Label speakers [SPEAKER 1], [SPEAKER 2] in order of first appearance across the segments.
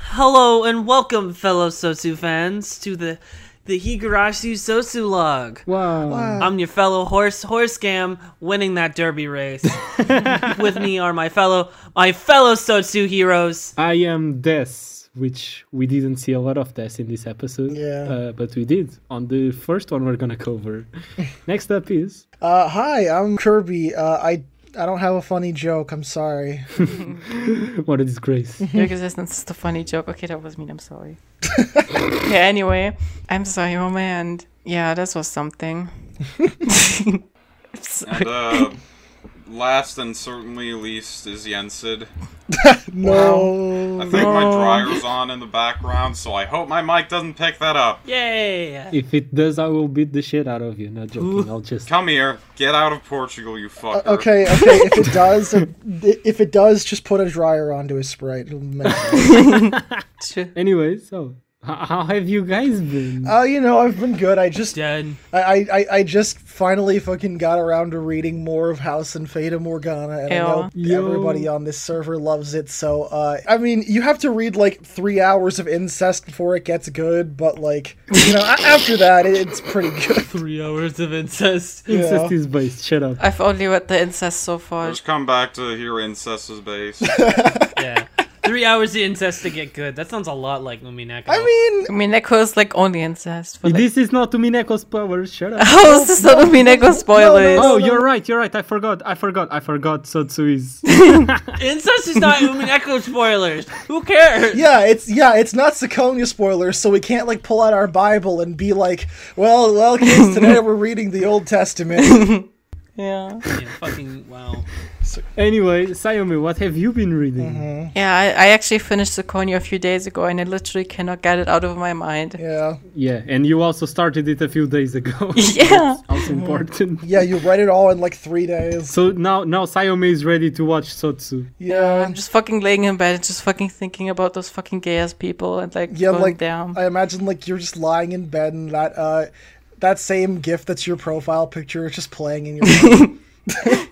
[SPEAKER 1] Hello and welcome, fellow Sosu fans, to the the Higurashi Sosu log.
[SPEAKER 2] Whoa.
[SPEAKER 1] I'm your fellow horse horse scam winning that derby race. With me are my fellow my fellow Sosu heroes.
[SPEAKER 2] I am Des, which we didn't see a lot of Des in this episode.
[SPEAKER 3] Yeah.
[SPEAKER 2] Uh, but we did on the first one we're gonna cover. Next up is
[SPEAKER 3] Uh, hi, I'm Kirby. Uh, I I don't have a funny joke. I'm sorry.
[SPEAKER 2] what a disgrace.
[SPEAKER 4] Your
[SPEAKER 3] Mm.
[SPEAKER 4] existence is the funny joke. Okay, that was mean. I'm sorry. yeah, anyway, I'm Sayoma, and yeah, this was something.
[SPEAKER 5] And uh, last and certainly least is Yensid.
[SPEAKER 3] No.
[SPEAKER 5] I think my dryer's on in the background, so I hope my mic doesn't pick that up.
[SPEAKER 1] Yay!
[SPEAKER 2] if it does, I will beat the shit out of you. Not joking. I'll just
[SPEAKER 5] Come here, get out of Portugal, you fucker.
[SPEAKER 3] Uh, Okay, okay. If it does, if it does, just put a dryer onto his sprite. It'll make sense.
[SPEAKER 2] Anyway, so h- how have you guys been?
[SPEAKER 3] Uh, you know, I've been good. I just, I,
[SPEAKER 1] Dead.
[SPEAKER 3] I, I, I just finally fucking got around to reading more of House and Fata Morgana, and I know
[SPEAKER 2] Ew. Yo.
[SPEAKER 3] everybody on this server loves it. So, uh, I mean, you have to read like three hours of incest before it gets good, but like, you know, a- after that, it's pretty good.
[SPEAKER 1] Three hours of incest.
[SPEAKER 2] Incest is based. Shut up.
[SPEAKER 4] I've only read the incest so far.
[SPEAKER 5] Just come back to hear Incest's base.
[SPEAKER 1] Yeah. Three hours of incest to get good. That sounds a lot like Mumineko.
[SPEAKER 3] I mean,
[SPEAKER 4] I mean, Neko is like only incest. But like,
[SPEAKER 2] This is not Umineko's power. Shut up.
[SPEAKER 4] how is this not a Mineko spoiler?
[SPEAKER 3] no,
[SPEAKER 2] Oh,
[SPEAKER 3] no.
[SPEAKER 2] you're right. You're right. I forgot. I forgot. I forgot. Sotsu is.
[SPEAKER 1] incest is not Mumineko spoilers. Who cares?
[SPEAKER 3] Yeah, it's yeah, it's not Sakonia spoilers, so we can't like pull out our Bible and be like, well, well, kids, today we're reading the Old Testament.
[SPEAKER 4] Yeah.
[SPEAKER 1] Yeah, fucking wow.
[SPEAKER 2] anyway, Sayumi, what have you been reading?
[SPEAKER 4] Yeah, I, I actually finished Zirconia a few days ago, and I literally cannot get it out of my mind.
[SPEAKER 3] yeah,
[SPEAKER 2] Yeah, and you also started it a few days ago.
[SPEAKER 4] Yeah.
[SPEAKER 2] also important.
[SPEAKER 3] yeah, you read it all in like three days.
[SPEAKER 2] So now, now Sayome is ready to watch Sotsu.
[SPEAKER 3] Yeah,
[SPEAKER 4] I'm just fucking laying in bed and just fucking thinking about those fucking gay ass people and like
[SPEAKER 3] yeah,
[SPEAKER 4] going
[SPEAKER 3] like
[SPEAKER 4] down.
[SPEAKER 3] I imagine like you're just lying in bed and that uh, that same gift that's your profile picture is just playing in your. mind.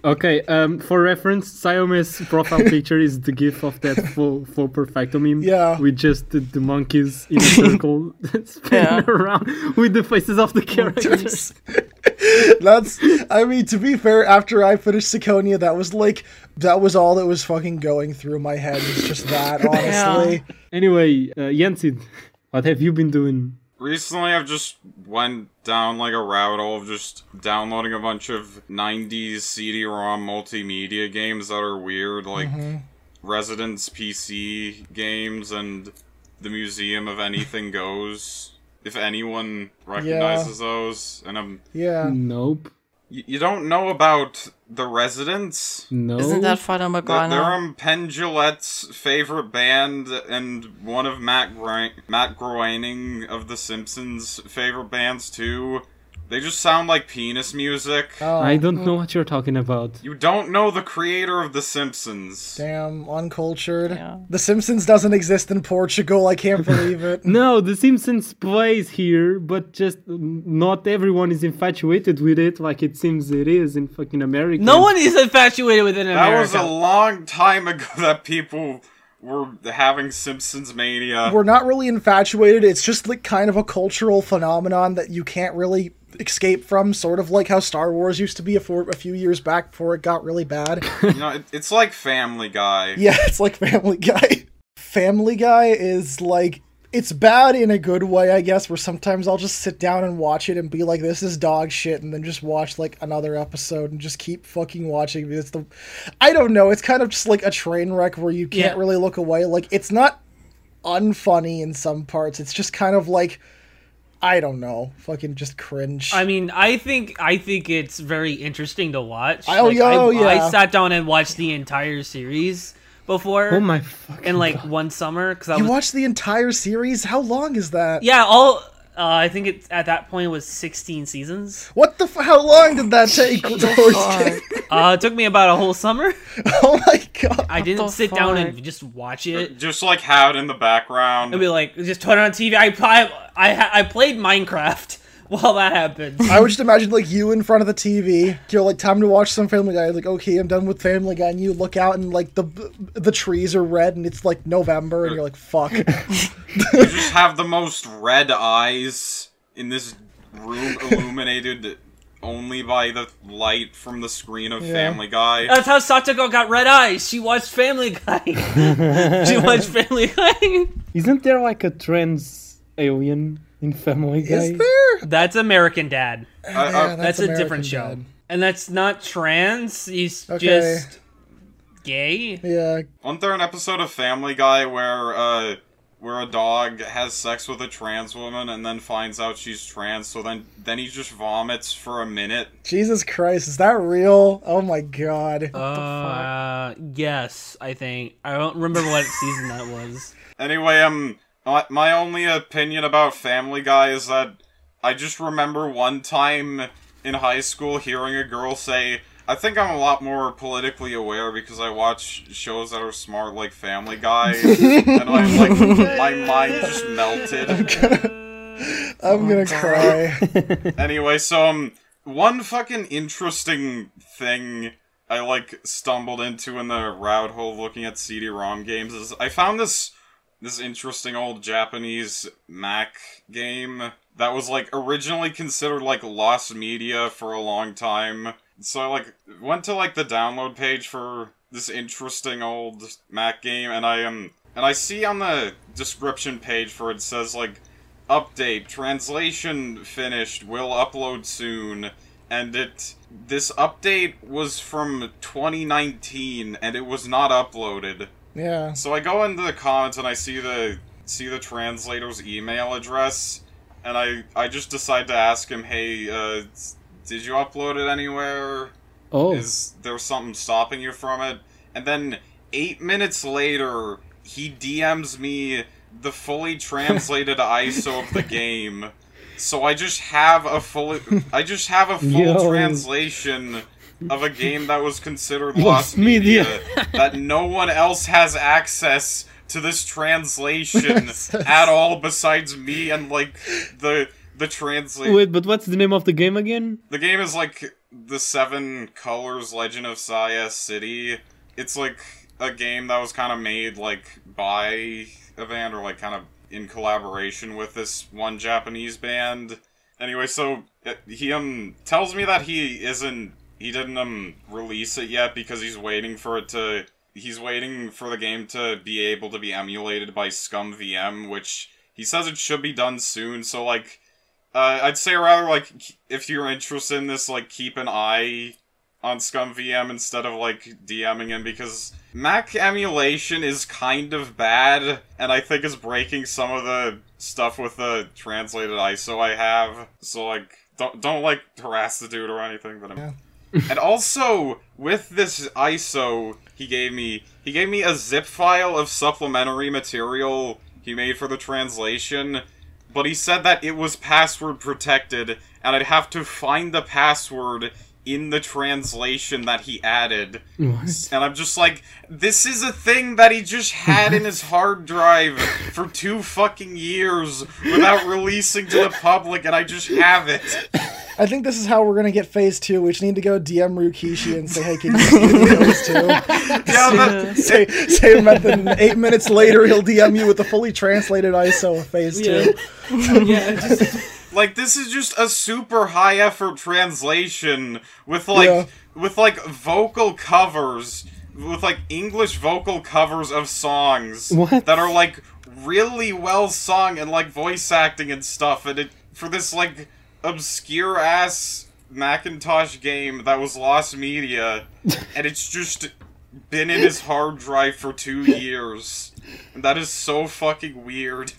[SPEAKER 2] Okay, um, for reference, Sayome's profile picture is the gif of that full full perfecto meme.
[SPEAKER 3] Yeah.
[SPEAKER 2] with just the, the monkeys in a circle spinning
[SPEAKER 4] Yeah.
[SPEAKER 2] around with the faces of the characters.
[SPEAKER 3] that's, I mean, to be fair, after I finished Sakonia, that was like that was all that was fucking going through my head was just that. Honestly,
[SPEAKER 2] Anyway, uh, Yensid, what have you been doing?
[SPEAKER 5] Recently, I've just went down like a rabbit hole of just downloading a bunch of 90s CD-ROM multimedia games that are weird, like Residence PC games and the Museum of Anything Goes. If anyone recognizes those, and I'm
[SPEAKER 3] yeah.
[SPEAKER 2] Nope.
[SPEAKER 5] y- you don't know about the Residence.
[SPEAKER 2] No.
[SPEAKER 4] Isn't that Oh Fata
[SPEAKER 5] They're, they're
[SPEAKER 4] Morgana?
[SPEAKER 5] um, Penn Jillette's favorite band and one of Matt, Groen- Matt Groening of The Simpsons' favorite bands, too. They just sound like penis music.
[SPEAKER 3] Oh.
[SPEAKER 2] I don't
[SPEAKER 4] Mm.
[SPEAKER 2] know what you're talking about.
[SPEAKER 5] You don't know the creator of The Simpsons.
[SPEAKER 3] Damn, uncultured.
[SPEAKER 4] Yeah.
[SPEAKER 3] The Simpsons doesn't exist in Portugal. I can't believe it.
[SPEAKER 2] No, The Simpsons plays here, but just mm, not everyone is infatuated with it like it seems it is in fucking America.
[SPEAKER 1] No one is infatuated with an
[SPEAKER 5] That
[SPEAKER 1] America.
[SPEAKER 5] was a long time ago that people were having Simpsons mania.
[SPEAKER 3] We're not really infatuated. It's just like kind of a cultural phenomenon that you can't really escape from. Sort of like how Star Wars used to be a, for- a few years back before it got really bad.
[SPEAKER 5] you know, it, it's like Family Guy.
[SPEAKER 3] yeah, it's like Family Guy. Family Guy is like. It's bad in a good way, I guess, where sometimes I'll just sit down and watch it and be like, this is dog shit, and then just watch like another episode and just keep fucking watching. It's the, I don't know, it's kind of just like a train wreck where you can't
[SPEAKER 1] Yeah.
[SPEAKER 3] really look away. Like, it's not unfunny in some parts, it's just kind of like, I don't know, fucking just cringe.
[SPEAKER 1] I mean, I think I think it's very interesting to watch.
[SPEAKER 3] Oh,
[SPEAKER 1] Like,
[SPEAKER 3] yeah,
[SPEAKER 1] I,
[SPEAKER 3] oh, yeah.
[SPEAKER 1] I sat down and watched the entire series before
[SPEAKER 2] Oh my fucking
[SPEAKER 1] in like
[SPEAKER 2] God.
[SPEAKER 1] one summer because I
[SPEAKER 3] you
[SPEAKER 1] was
[SPEAKER 3] watched the entire series? How long is that?
[SPEAKER 1] yeah all. Uh, I think it at that point it was 16 seasons.
[SPEAKER 3] What the f- How long did that take?
[SPEAKER 1] Uh, it took me about a whole summer.
[SPEAKER 3] oh my god.
[SPEAKER 1] I didn't
[SPEAKER 4] the
[SPEAKER 1] sit down
[SPEAKER 4] fuck?
[SPEAKER 1] and just watch it.
[SPEAKER 5] Just like Howard in the background.
[SPEAKER 1] I'd be like, just turn on TV. I I I, ha- I played Minecraft while that happens.
[SPEAKER 3] I would just imagine like you in front of the TV. You're like time to watch some Family Guy. Like okay, I'm done with Family Guy, and you look out and like the the trees are red, and it's like November, and you're like fuck.
[SPEAKER 5] You just have the most red eyes in this room illuminated only by the light from the screen of Family Guy.
[SPEAKER 1] That's how Satoko got red eyes. She watched Family Guy. she watched Family Guy.
[SPEAKER 2] Isn't there like a trans alien in Family Guy?
[SPEAKER 3] Is there?
[SPEAKER 1] That's American Dad.
[SPEAKER 5] I- I-
[SPEAKER 3] Yeah,
[SPEAKER 1] Uh, That's, a
[SPEAKER 3] American
[SPEAKER 1] different show.
[SPEAKER 3] Dad.
[SPEAKER 1] And that's not trans. He's
[SPEAKER 3] Okay.
[SPEAKER 1] just gay.
[SPEAKER 3] Yeah,
[SPEAKER 5] Wasn't there an episode of Family Guy where uh where a dog has sex with a trans woman and then finds out she's trans, so then then he just vomits for a minute.
[SPEAKER 3] Jesus Christ, is that real? Oh my god.
[SPEAKER 1] Uh, yes, I think. I don't remember what season that was.
[SPEAKER 5] Anyway, um my, my only opinion about Family Guy is that I just remember one time in high school hearing a girl say I think I'm a lot more politically aware because I watch shows that are smart like Family Guy, and I'm like, my mind just melted.
[SPEAKER 1] oh
[SPEAKER 3] I'm gonna cry.
[SPEAKER 5] Anyway, so um, one fucking interesting thing I like stumbled into in the route hole looking at CD-ROM games is I found this this interesting old Japanese Mac game that was like originally considered like lost media for a long time. So I like went to like the download page for this interesting old Mac game, and I um and I see on the description page for it says like update translation finished will upload soon and it this update was from 2019 and it was not uploaded
[SPEAKER 3] Yeah.
[SPEAKER 5] so i go into the comments and i see the see the translator's email address and i i just decide to ask him hey uh did you upload it anywhere
[SPEAKER 2] Oh,
[SPEAKER 5] is there something stopping you from it? And then eight minutes later, he DMs me the fully translated ISO of the game. So I just have a full, I just have a full
[SPEAKER 2] Yo.
[SPEAKER 5] translation of a game that was considered
[SPEAKER 2] Lost
[SPEAKER 5] lost
[SPEAKER 2] media.
[SPEAKER 5] media, that no one else has access to this translation at all besides me and like the the translator.
[SPEAKER 2] wait, but what's the name of the game again?
[SPEAKER 5] The game is like the Seven Colors Legend of Saya City. It's like a game that was kind of made like by a band or like kind of in collaboration with this one Japanese band. Anyway, so uh, he um tells me that he isn't he didn't um release it yet because he's waiting for it to he's waiting for the game to be able to be emulated by Scum VM, which he says it should be done soon. So like uh, I'd say rather like k- if you're interested in this, like keep an eye on Scum VM instead of like DMing him because Mac emulation is kind of bad, and I think is breaking some of the stuff with the translated ISO I have. So like, don't don't like harass the dude or anything. But I'm... and also with this ISO he gave me, he gave me a zip file of supplementary material he made for the translation but he said that it was password protected and I'd have to find the password in the translation that he added. And I'm just like, this is a thing that he just had in his hard drive for two fucking years without releasing to the public, and I just have it.
[SPEAKER 3] I think this is how we're gonna get phase two. We just need to go DM Rukishi and say, hey, can you give me phase two?
[SPEAKER 5] Yeah, that,
[SPEAKER 3] say, say method, and eight minutes later, he'll DM you with the fully translated ISO of phase two.
[SPEAKER 1] yeah, just,
[SPEAKER 5] like this is just a super high effort translation with like
[SPEAKER 3] Yeah.
[SPEAKER 5] with like vocal covers with like english vocal covers of songs
[SPEAKER 2] What?
[SPEAKER 5] that are like really well sung and like voice acting and stuff and it for this like obscure ass macintosh game that was lost media and it's just been in his hard drive for two years and that is so fucking weird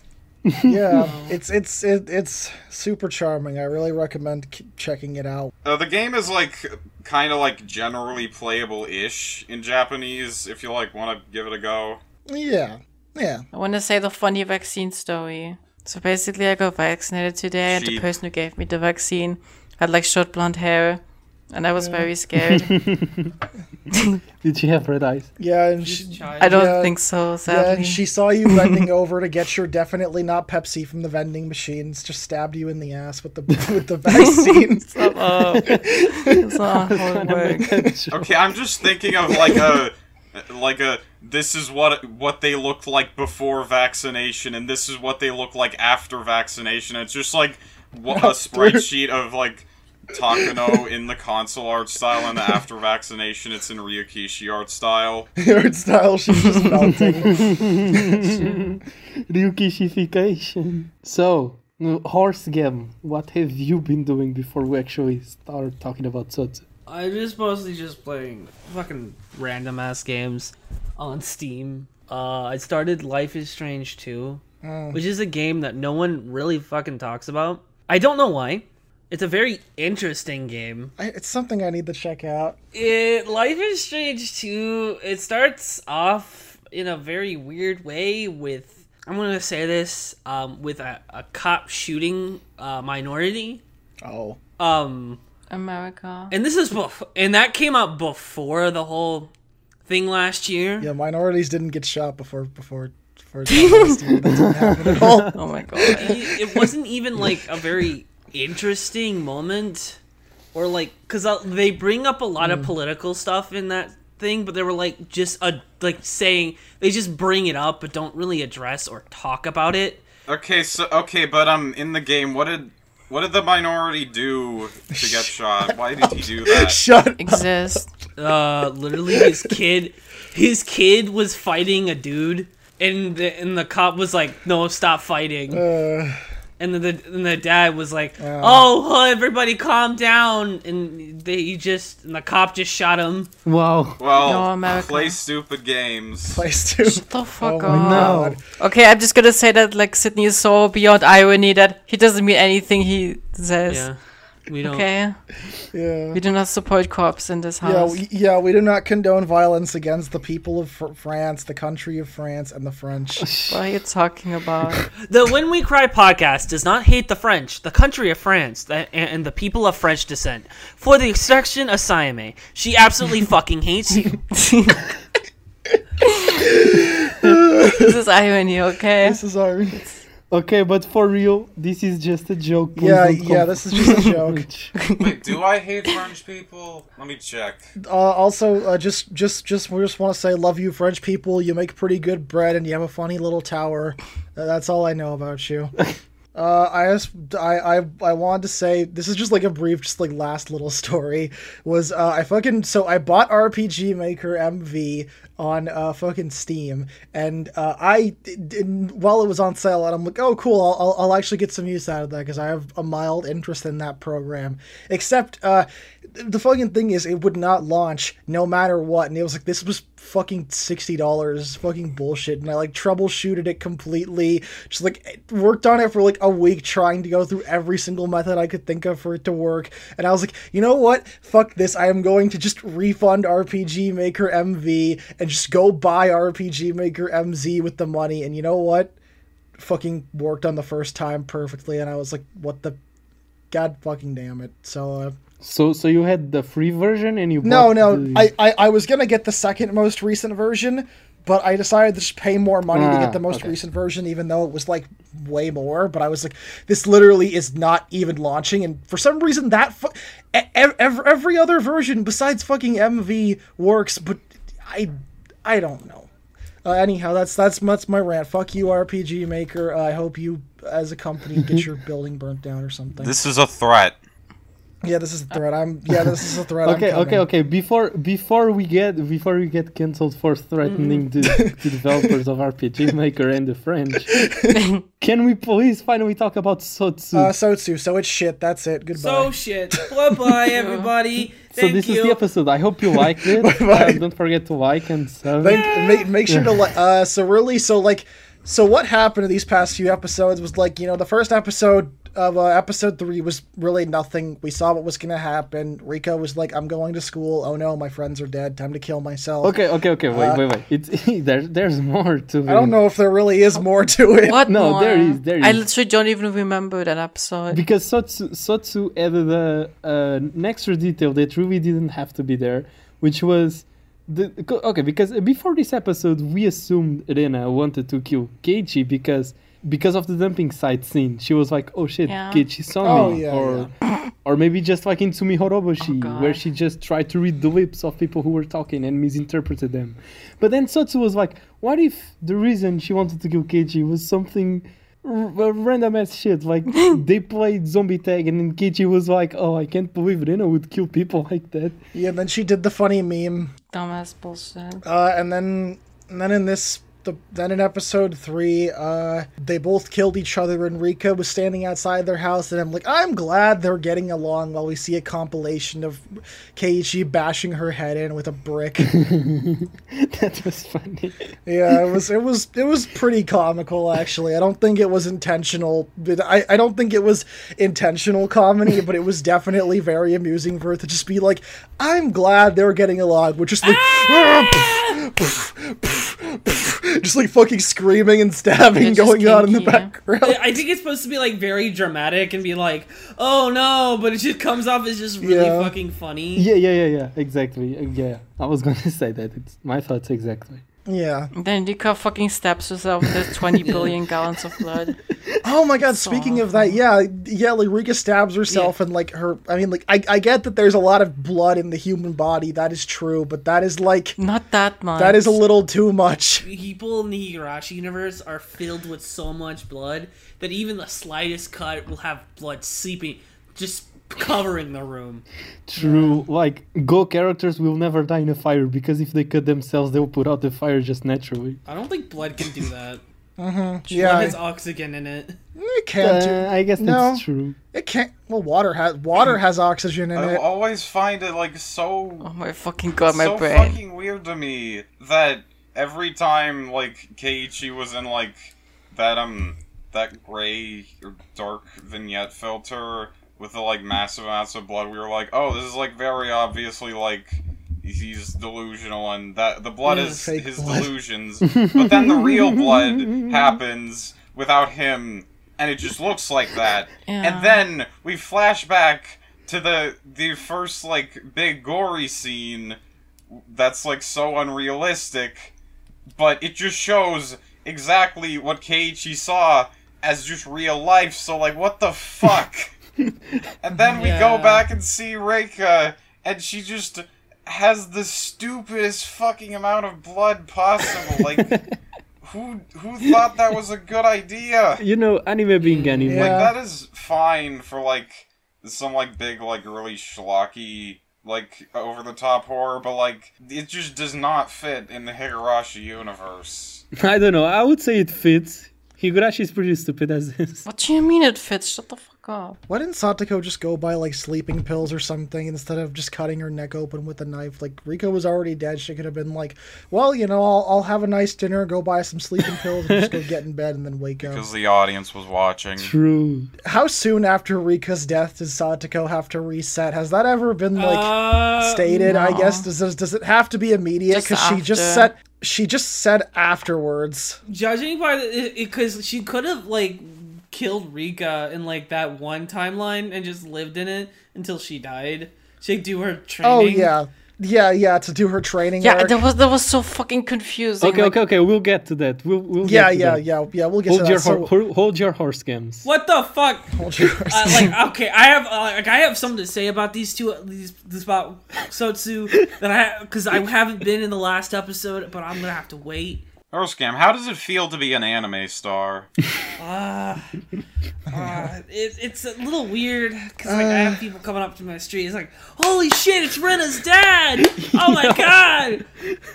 [SPEAKER 3] Yeah, it's it's it, it's super charming. I really recommend k- checking it out.
[SPEAKER 5] Uh, the game is like kind of like generally playable ish in Japanese. If you like, want to give it a go.
[SPEAKER 3] Yeah, yeah.
[SPEAKER 4] I want to say the funny vaccine story. So basically, I got vaccinated today, and the
[SPEAKER 5] Sheep.
[SPEAKER 4] person who gave me the vaccine had like short blonde hair and I was very scared.
[SPEAKER 2] Did she have red eyes?
[SPEAKER 3] Yeah, and she,
[SPEAKER 1] Child.
[SPEAKER 4] I don't
[SPEAKER 3] Yeah.
[SPEAKER 4] think so,
[SPEAKER 3] yeah,
[SPEAKER 4] sadly.
[SPEAKER 3] and she saw you bending over to get your definitely not Pepsi from the vending machines. Just stabbed you in the ass with the with the vaccine.
[SPEAKER 4] oh, it's not how it works.
[SPEAKER 5] Okay, I'm just thinking of like a like a this is what what they looked like before vaccination and this is what they look like after vaccination. It's just like what, a spreadsheet of like Takano in the console art style and the after vaccination it's in Ryokishi art style.
[SPEAKER 3] Art style, she's just melting.
[SPEAKER 2] Ryukishification. So, uh, horse game. What have you been doing before we actually start talking about Sotsu?
[SPEAKER 1] I just mostly just playing fucking random ass games on Steam. Uh, I started Life is Strange 2,
[SPEAKER 3] Oh.
[SPEAKER 1] which is a game that no one really fucking talks about. I don't know why. It's a very interesting game.
[SPEAKER 3] I, it's something I need to check out.
[SPEAKER 1] It Life is Strange 2, it starts off in a very weird way with I'm going to say this um, with a, a cop shooting uh, minority.
[SPEAKER 3] Oh,
[SPEAKER 1] Um
[SPEAKER 4] America.
[SPEAKER 1] and this is bef- and that came out before the whole thing last year.
[SPEAKER 3] yeah, minorities didn't get shot before before before. that didn't happen at all.
[SPEAKER 4] Oh my god.
[SPEAKER 1] It it wasn't even like a very interesting moment, or like because they bring up a lot of political stuff in that thing, but they were like just a like saying they just bring it up but don't really address or talk about it.
[SPEAKER 5] Okay, so okay, but um in the game what did what did the minority do to get shot? Why did he do that?
[SPEAKER 3] Shut.
[SPEAKER 4] Exist.
[SPEAKER 1] Uh, literally, his kid, his kid was fighting a dude, and the, and the cop was like, "No, stop fighting."
[SPEAKER 3] Uh,
[SPEAKER 1] and then the and the dad was like, "Oh, huh, everybody, calm down!" And they he just and the cop just shot him.
[SPEAKER 2] Wow.
[SPEAKER 4] No,
[SPEAKER 5] Well,
[SPEAKER 4] America.
[SPEAKER 5] play stupid games.
[SPEAKER 3] place too.
[SPEAKER 4] The fuck
[SPEAKER 3] Oh,
[SPEAKER 4] off.
[SPEAKER 2] No.
[SPEAKER 4] Okay, I'm just gonna say that like Sydney is so beyond irony that he doesn't mean anything he says.
[SPEAKER 1] Yeah, we don't.
[SPEAKER 4] Okay,
[SPEAKER 3] Yeah.
[SPEAKER 4] we do not support cops in this
[SPEAKER 3] Yeah,
[SPEAKER 4] house.
[SPEAKER 3] we, yeah, we do not condone violence against the people of fr- France, the country of France, and the French.
[SPEAKER 4] What are you talking about?
[SPEAKER 1] The When We Cry podcast does not hate the French, the country of France, the, and, and the people of French descent. For the exception of Siame, she absolutely fucking hates you.
[SPEAKER 4] this is irony, okay?
[SPEAKER 3] This is our.
[SPEAKER 2] Okay, but for real, this is just a joke. Please
[SPEAKER 3] Yeah,
[SPEAKER 2] don't
[SPEAKER 3] yeah, this is just a joke.
[SPEAKER 5] Wait, do I hate French people? Let me check.
[SPEAKER 3] Uh, also, uh, just, just, just, we just want to say, love you, French people. You make pretty good bread, and you have a funny little tower. Uh, that's all I know about you. Uh, I just, I, I, I wanted to say this is just like a brief, just like last little story. Was uh, I fucking so I bought RPG Maker MV on uh, fucking Steam, and uh, I d- d- while it was on sale, and I'm like, oh cool, I'll, I'll, I'll actually get some use out of that because I have a mild interest in that program. Except uh, the fucking thing is, it would not launch no matter what, and it was like this was fucking sixty dollars, fucking bullshit. And I like troubleshooted it completely, just like worked on it for like a week, trying to go through every single method I could think of for it to work. And I was like, you know what? Fuck this. I am going to just refund RPG Maker MV and just go buy RPG Maker MZ with the money. And you know what? Fucking worked on the first time perfectly, and I was like, what the. God fucking damn it. So, uh,
[SPEAKER 2] So, so you had the free version and you
[SPEAKER 3] no,
[SPEAKER 2] bought
[SPEAKER 3] no.
[SPEAKER 2] the-
[SPEAKER 3] I, I, I was gonna get the second most recent version, but I decided to just pay more money to
[SPEAKER 2] Ah,
[SPEAKER 3] get the most
[SPEAKER 2] okay.
[SPEAKER 3] recent version, even though it was like way more. But I was like, this literally is not even launching, and for some reason that fu- e- ev- ev- every other version besides fucking MV works, but I I don't know. Uh, anyhow, that's that's that's my rant. Fuck you, RPG Maker. Uh, I hope you, as a company, get your building burnt down or something.
[SPEAKER 5] This is a threat.
[SPEAKER 3] yeah, this is a threat. I'm yeah, this is a threat. I'm
[SPEAKER 2] Okay, okay,
[SPEAKER 3] coming.
[SPEAKER 2] okay. Before before we get before we get cancelled for
[SPEAKER 1] Mm.
[SPEAKER 2] threatening the, the developers of RPG Maker and the French, can we please finally talk about Sotsu?
[SPEAKER 3] Uh, Sotsu, so it's shit. That's it. Goodbye.
[SPEAKER 1] So Oh, shit. Bye bye everybody.
[SPEAKER 2] so
[SPEAKER 1] Thank
[SPEAKER 2] this
[SPEAKER 1] you.
[SPEAKER 2] is the episode. I hope you liked it. Uh, don't forget to like and sub.
[SPEAKER 3] Thank- make, make sure to like. Uh, so really, so like, so what happened in these past few episodes was like, you know, the first episode of uh, episode three was really nothing. We saw what was going to happen. Rico was like, "I'm going to school. Oh no, my friends are dead. Time to kill myself."
[SPEAKER 2] Okay, okay, okay. Wait, wait, wait. It's there, There's more to.
[SPEAKER 3] Uh, I don't know if there really is more to it.
[SPEAKER 4] What?
[SPEAKER 2] No,
[SPEAKER 4] more?
[SPEAKER 2] there is- there
[SPEAKER 4] I
[SPEAKER 2] is.
[SPEAKER 4] literally don't even remember that episode.
[SPEAKER 2] because Sotsu, Sotsu added a, uh, an extra detail that really didn't have to be there, which was the co- okay because before this episode we assumed Rena wanted to kill Keiichi because because of the dumping site scene she was like oh shit
[SPEAKER 4] Yeah.
[SPEAKER 2] Keiichi saw
[SPEAKER 3] Oh,
[SPEAKER 2] me
[SPEAKER 3] yeah,
[SPEAKER 2] or or maybe just like in Tsumi Horoboshi
[SPEAKER 4] Oh, God.
[SPEAKER 2] where she just tried to read the lips of people who were talking and misinterpreted them but then Sotsu was like what if the reason she wanted to kill Keiichi was something r- random as shit. Like they played zombie tag, and then Kichi was like, "Oh, I can't believe Rena would kill people like that."
[SPEAKER 3] Yeah, and then she did the funny meme,
[SPEAKER 4] Dumbass bullshit.
[SPEAKER 3] uh, and then and then in this. The, then in episode three, uh, they both killed each other, and Rika was standing outside their house. And I'm like, I'm glad they're getting along. While we see a compilation of Keiichi bashing her head in with a brick.
[SPEAKER 2] that was funny.
[SPEAKER 3] Yeah, it was it was it was pretty comical actually. I don't think it was intentional. But I I don't think it was intentional comedy, but it was definitely very amusing for it to just be like, I'm glad they're getting along. We're just like, just like fucking screaming and stabbing
[SPEAKER 4] It's just
[SPEAKER 3] going on in the
[SPEAKER 4] kinky, yeah.
[SPEAKER 3] background.
[SPEAKER 1] I think it's supposed to be like very dramatic and be like, "Oh no!" But it just comes off as just really
[SPEAKER 3] Yeah.
[SPEAKER 1] fucking funny.
[SPEAKER 2] Yeah, yeah, yeah, yeah. Exactly. Uh, Yeah, I was gonna say that. It's my thoughts exactly.
[SPEAKER 3] Yeah.
[SPEAKER 4] Then Rika fucking stabs herself with 20 billion gallons of blood.
[SPEAKER 3] Oh my god, speaking of that, yeah, yeah, like Rika stabs herself and like her I mean like I I get that there's a lot of blood in the human body, that is true, but that is like
[SPEAKER 4] Not that much.
[SPEAKER 3] that is a little too much.
[SPEAKER 1] People in the Higurashi universe are filled with so much blood that even the slightest cut will have blood seeping, just covering the room.
[SPEAKER 2] True. Like Go characters will never die in a fire because if they cut themselves, they'll put out the fire just naturally.
[SPEAKER 1] I don't think blood can do that.
[SPEAKER 3] Yeah,
[SPEAKER 4] Mm-hmm.
[SPEAKER 1] Blood has oxygen in it.
[SPEAKER 3] it can do.
[SPEAKER 2] Uh, I guess
[SPEAKER 3] No.
[SPEAKER 2] that's true.
[SPEAKER 3] It can't. Well, water has water has oxygen in
[SPEAKER 5] I
[SPEAKER 3] it.
[SPEAKER 5] always find it like so
[SPEAKER 4] Oh my fucking god, my
[SPEAKER 5] so
[SPEAKER 4] brain.
[SPEAKER 5] fucking weird to me that every time like Keiichi was in like that um that gray or dark vignette filter with the like massive amounts of blood, we were like, oh, this is like very obviously like he's delusional and that the blood
[SPEAKER 3] Yeah,
[SPEAKER 5] is
[SPEAKER 3] fake
[SPEAKER 5] his
[SPEAKER 3] blood.
[SPEAKER 5] delusions, but then the real blood happens without him. And it just looks like that.
[SPEAKER 4] Yeah.
[SPEAKER 5] And then we flash back to the the first like big gory scene that's like so unrealistic, but it just shows exactly what Keiichi saw as just real life. So like, what the fuck? and then we
[SPEAKER 1] Yeah.
[SPEAKER 5] go back and see Reika, and she just has the stupidest fucking amount of blood possible. Like, who who thought that was a good idea?
[SPEAKER 2] You know, anime being anime.
[SPEAKER 3] Yeah.
[SPEAKER 5] Like that is fine for like some like big like really schlocky like over the top horror, but like it just does not fit in the Higurashi universe.
[SPEAKER 2] I don't know. I would say it fits. Higurashi is pretty stupid as is.
[SPEAKER 4] What do you mean it fits? Shut the fuck up.
[SPEAKER 3] Why didn't Satoko just go buy like sleeping pills or something instead of just cutting her neck open with a knife? Like Rico was already dead. She could have been like, "Well, you know, I'll, I'll have a nice dinner, go buy some sleeping pills, and just go get in bed and then wake up."
[SPEAKER 5] Because the audience was watching.
[SPEAKER 2] True.
[SPEAKER 3] How soon after Rika's death does Satoko have to reset? Has that ever been like?
[SPEAKER 1] uh,
[SPEAKER 3] stated i
[SPEAKER 4] no.
[SPEAKER 3] guess does, does, does it have to be immediate
[SPEAKER 4] Just
[SPEAKER 3] because she just
[SPEAKER 4] after.
[SPEAKER 3] said she just said afterwards
[SPEAKER 1] judging by the because she could have like killed Rika in like that one timeline and just lived in it until she died. She would do her training.
[SPEAKER 3] oh yeah yeah yeah to do her training
[SPEAKER 4] Yeah,
[SPEAKER 3] arc.
[SPEAKER 4] that was that was so fucking confusing.
[SPEAKER 2] Okay,
[SPEAKER 4] like,
[SPEAKER 2] okay, okay. We'll get to that. We'll, we'll get
[SPEAKER 3] Yeah,
[SPEAKER 2] to
[SPEAKER 3] yeah,
[SPEAKER 2] that.
[SPEAKER 3] yeah, yeah. We'll get
[SPEAKER 2] Hold
[SPEAKER 3] to
[SPEAKER 2] your
[SPEAKER 3] that.
[SPEAKER 2] hor
[SPEAKER 3] So,
[SPEAKER 2] hor- hold your horse games.
[SPEAKER 1] What the fuck?
[SPEAKER 3] hold your horse.
[SPEAKER 1] Uh, like okay, I have uh, like I have something to say about these two these this about Sotsu that I because I haven't been in the last episode, but I'm gonna have to wait.
[SPEAKER 5] Or Oh, scam, how does it feel to be an anime star?
[SPEAKER 1] Uh, uh, it, it's a little weird because like, I have people coming up to my street. It's like, holy shit, it's Rena's dad! Oh my god!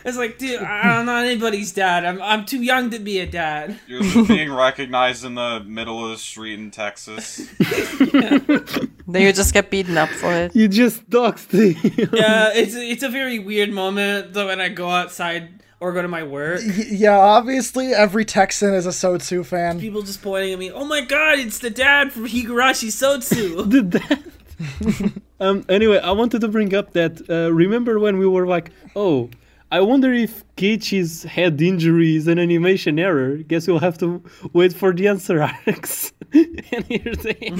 [SPEAKER 1] It's like, dude, I- I'm not anybody's dad. I'm I'm too young to be a dad.
[SPEAKER 5] You're just being recognized in the middle of the street in Texas.
[SPEAKER 4] Then you just get beaten up for it.
[SPEAKER 2] You just doxed him.
[SPEAKER 1] Yeah, Uh, it's it's a very weird moment that when I go outside or go to my work,
[SPEAKER 3] Y- yeah, obviously every Texan is a Sotsu fan.
[SPEAKER 1] people just pointing at me. Oh my god, it's the dad from Higurashi Sotsu.
[SPEAKER 2] did that. um, anyway, I wanted to bring up that uh, remember when we were like, oh, I wonder if Kichi's head injury is an animation error. Guess we'll have to wait for the answer, Alex. and here they are.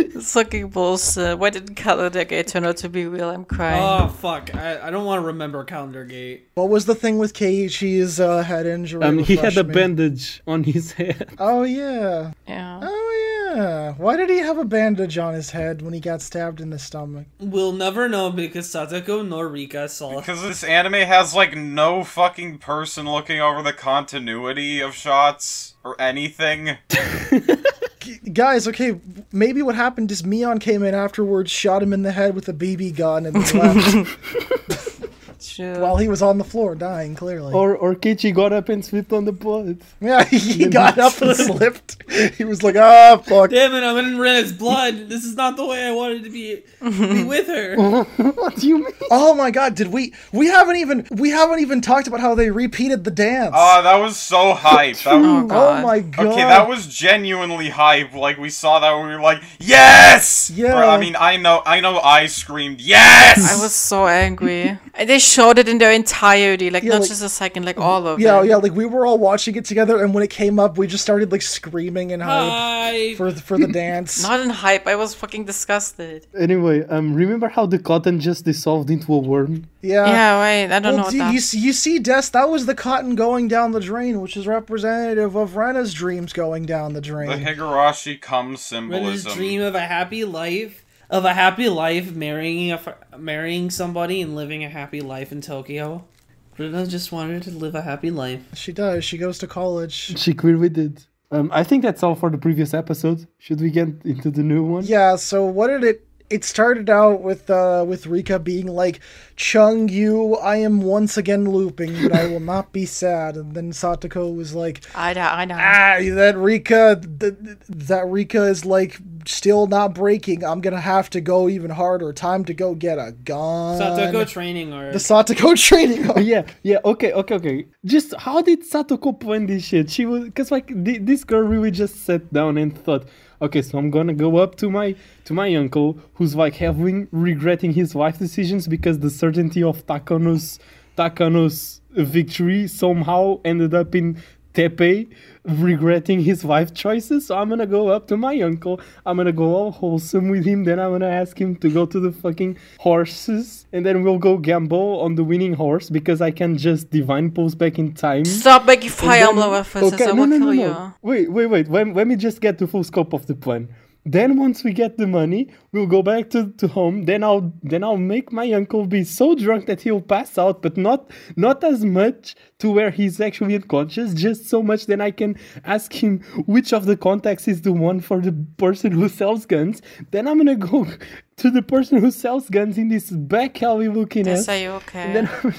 [SPEAKER 4] It's fucking bullshit. Why didn't Calendar Gate turn out to be real? I'm crying.
[SPEAKER 1] oh fuck, I, I don't want to remember Calendar Gate.
[SPEAKER 3] What was the thing with Keiichi's uh, head injury?
[SPEAKER 2] Um, he had
[SPEAKER 3] Refresh
[SPEAKER 2] a
[SPEAKER 3] me.
[SPEAKER 2] bandage on his head.
[SPEAKER 3] Oh yeah.
[SPEAKER 4] yeah.
[SPEAKER 3] Oh yeah. Why did he have a bandage on his head when he got stabbed in the stomach?
[SPEAKER 1] We'll never know because Satoko nor Rika saw.
[SPEAKER 5] Because this anime has like no fucking person looking over the continuity of shots or anything.
[SPEAKER 3] G- guys, okay, maybe what happened is Mion came in afterwards, shot him in the head with a BB gun, and then left
[SPEAKER 4] True.
[SPEAKER 3] while he was on the floor dying. Clearly.
[SPEAKER 2] Or or Kichi got up and slipped on the blood.
[SPEAKER 3] Yeah, he got up and slipped. He was like, ah, fuck.
[SPEAKER 1] Damn it, I'm in Ren's blood. This is not the way I wanted to be be with her.
[SPEAKER 2] what do you mean?
[SPEAKER 3] Oh my god, did we? We haven't even we haven't even talked about how they repeated the dance.
[SPEAKER 5] Ah, that was so hype. That was-
[SPEAKER 4] Oh
[SPEAKER 3] oh
[SPEAKER 4] god.
[SPEAKER 3] my god.
[SPEAKER 5] okay, that was genuinely hype. Like we saw that, when we were like, "Yes!"
[SPEAKER 3] Yeah.
[SPEAKER 5] Bro, I mean, I know, I know, I screamed, "Yes!"
[SPEAKER 4] I was so angry. And they showed it in their entirety, like
[SPEAKER 3] Yeah,
[SPEAKER 4] not
[SPEAKER 3] like-
[SPEAKER 4] just a second, like all of
[SPEAKER 3] Yeah,
[SPEAKER 4] it.
[SPEAKER 3] yeah, like we were all watching it together, and when it came up, we just started like screaming and hype
[SPEAKER 1] Hi.
[SPEAKER 3] for for the dance.
[SPEAKER 4] Not in hype. I was fucking disgusted.
[SPEAKER 2] Anyway, um, remember how the cotton just dissolved into a worm?
[SPEAKER 3] yeah.
[SPEAKER 4] yeah, right. I don't
[SPEAKER 3] Well,
[SPEAKER 4] know what
[SPEAKER 3] dude,
[SPEAKER 4] that.
[SPEAKER 3] you, see- you see, Des, that was the cotton going down the drain, which is representative of Rena's dreams going down the
[SPEAKER 5] the
[SPEAKER 3] drain.
[SPEAKER 5] Higurashi cum
[SPEAKER 1] Ren's
[SPEAKER 5] symbolism.
[SPEAKER 1] dream of a happy life, of a happy life, marrying a f- marrying somebody and living a happy life in Tokyo. Rena just wanted to live a happy life.
[SPEAKER 3] She does. She goes to college.
[SPEAKER 2] She clearly did. Um, I think that's all for the previous episode. Should we get into the new one?
[SPEAKER 3] Yeah. So what did it? It started out with uh with Rika being like, "Chung you, I am once again looping, but I will not be sad." And then Satoko was like,
[SPEAKER 4] I know. I know.
[SPEAKER 3] ah, that Rika, th- th- that Rika is like still not breaking. I'm gonna have to go even harder. Time to go get a gun.
[SPEAKER 1] Satoko training or
[SPEAKER 3] the Satoko training. arc.
[SPEAKER 2] Yeah, yeah, okay, okay, okay. Just how did Satoko plan this shit? She was because like thi- this girl really just sat down and thought, okay, so I'm gonna go up to my to my uncle who's like having regretting his life decisions because the certainty of Takano's Takano's victory somehow ended up in Tepe regretting his life choices. So I'm gonna go up to my uncle. I'm gonna go all wholesome with him. Then I'm gonna ask him to go to the fucking horses, and then we'll go gamble on the winning horse because I can just divine pulse back in time.
[SPEAKER 4] Stop making fire
[SPEAKER 2] Then-
[SPEAKER 4] emblem references. I will kill you.
[SPEAKER 2] Wait, wait, wait. Let, let me just get the full scope of the plan. Then once we get the money, we'll go back to, to home. Then I'll then I'll make my uncle be so drunk that he'll pass out, but not not as much to where he's actually unconscious, just so much then I can ask him which of the contacts is the one for the person who sells guns. Then I'm gonna go to the person who sells guns in this back alley looking
[SPEAKER 4] They
[SPEAKER 2] at
[SPEAKER 4] say okay.
[SPEAKER 2] and then I'm,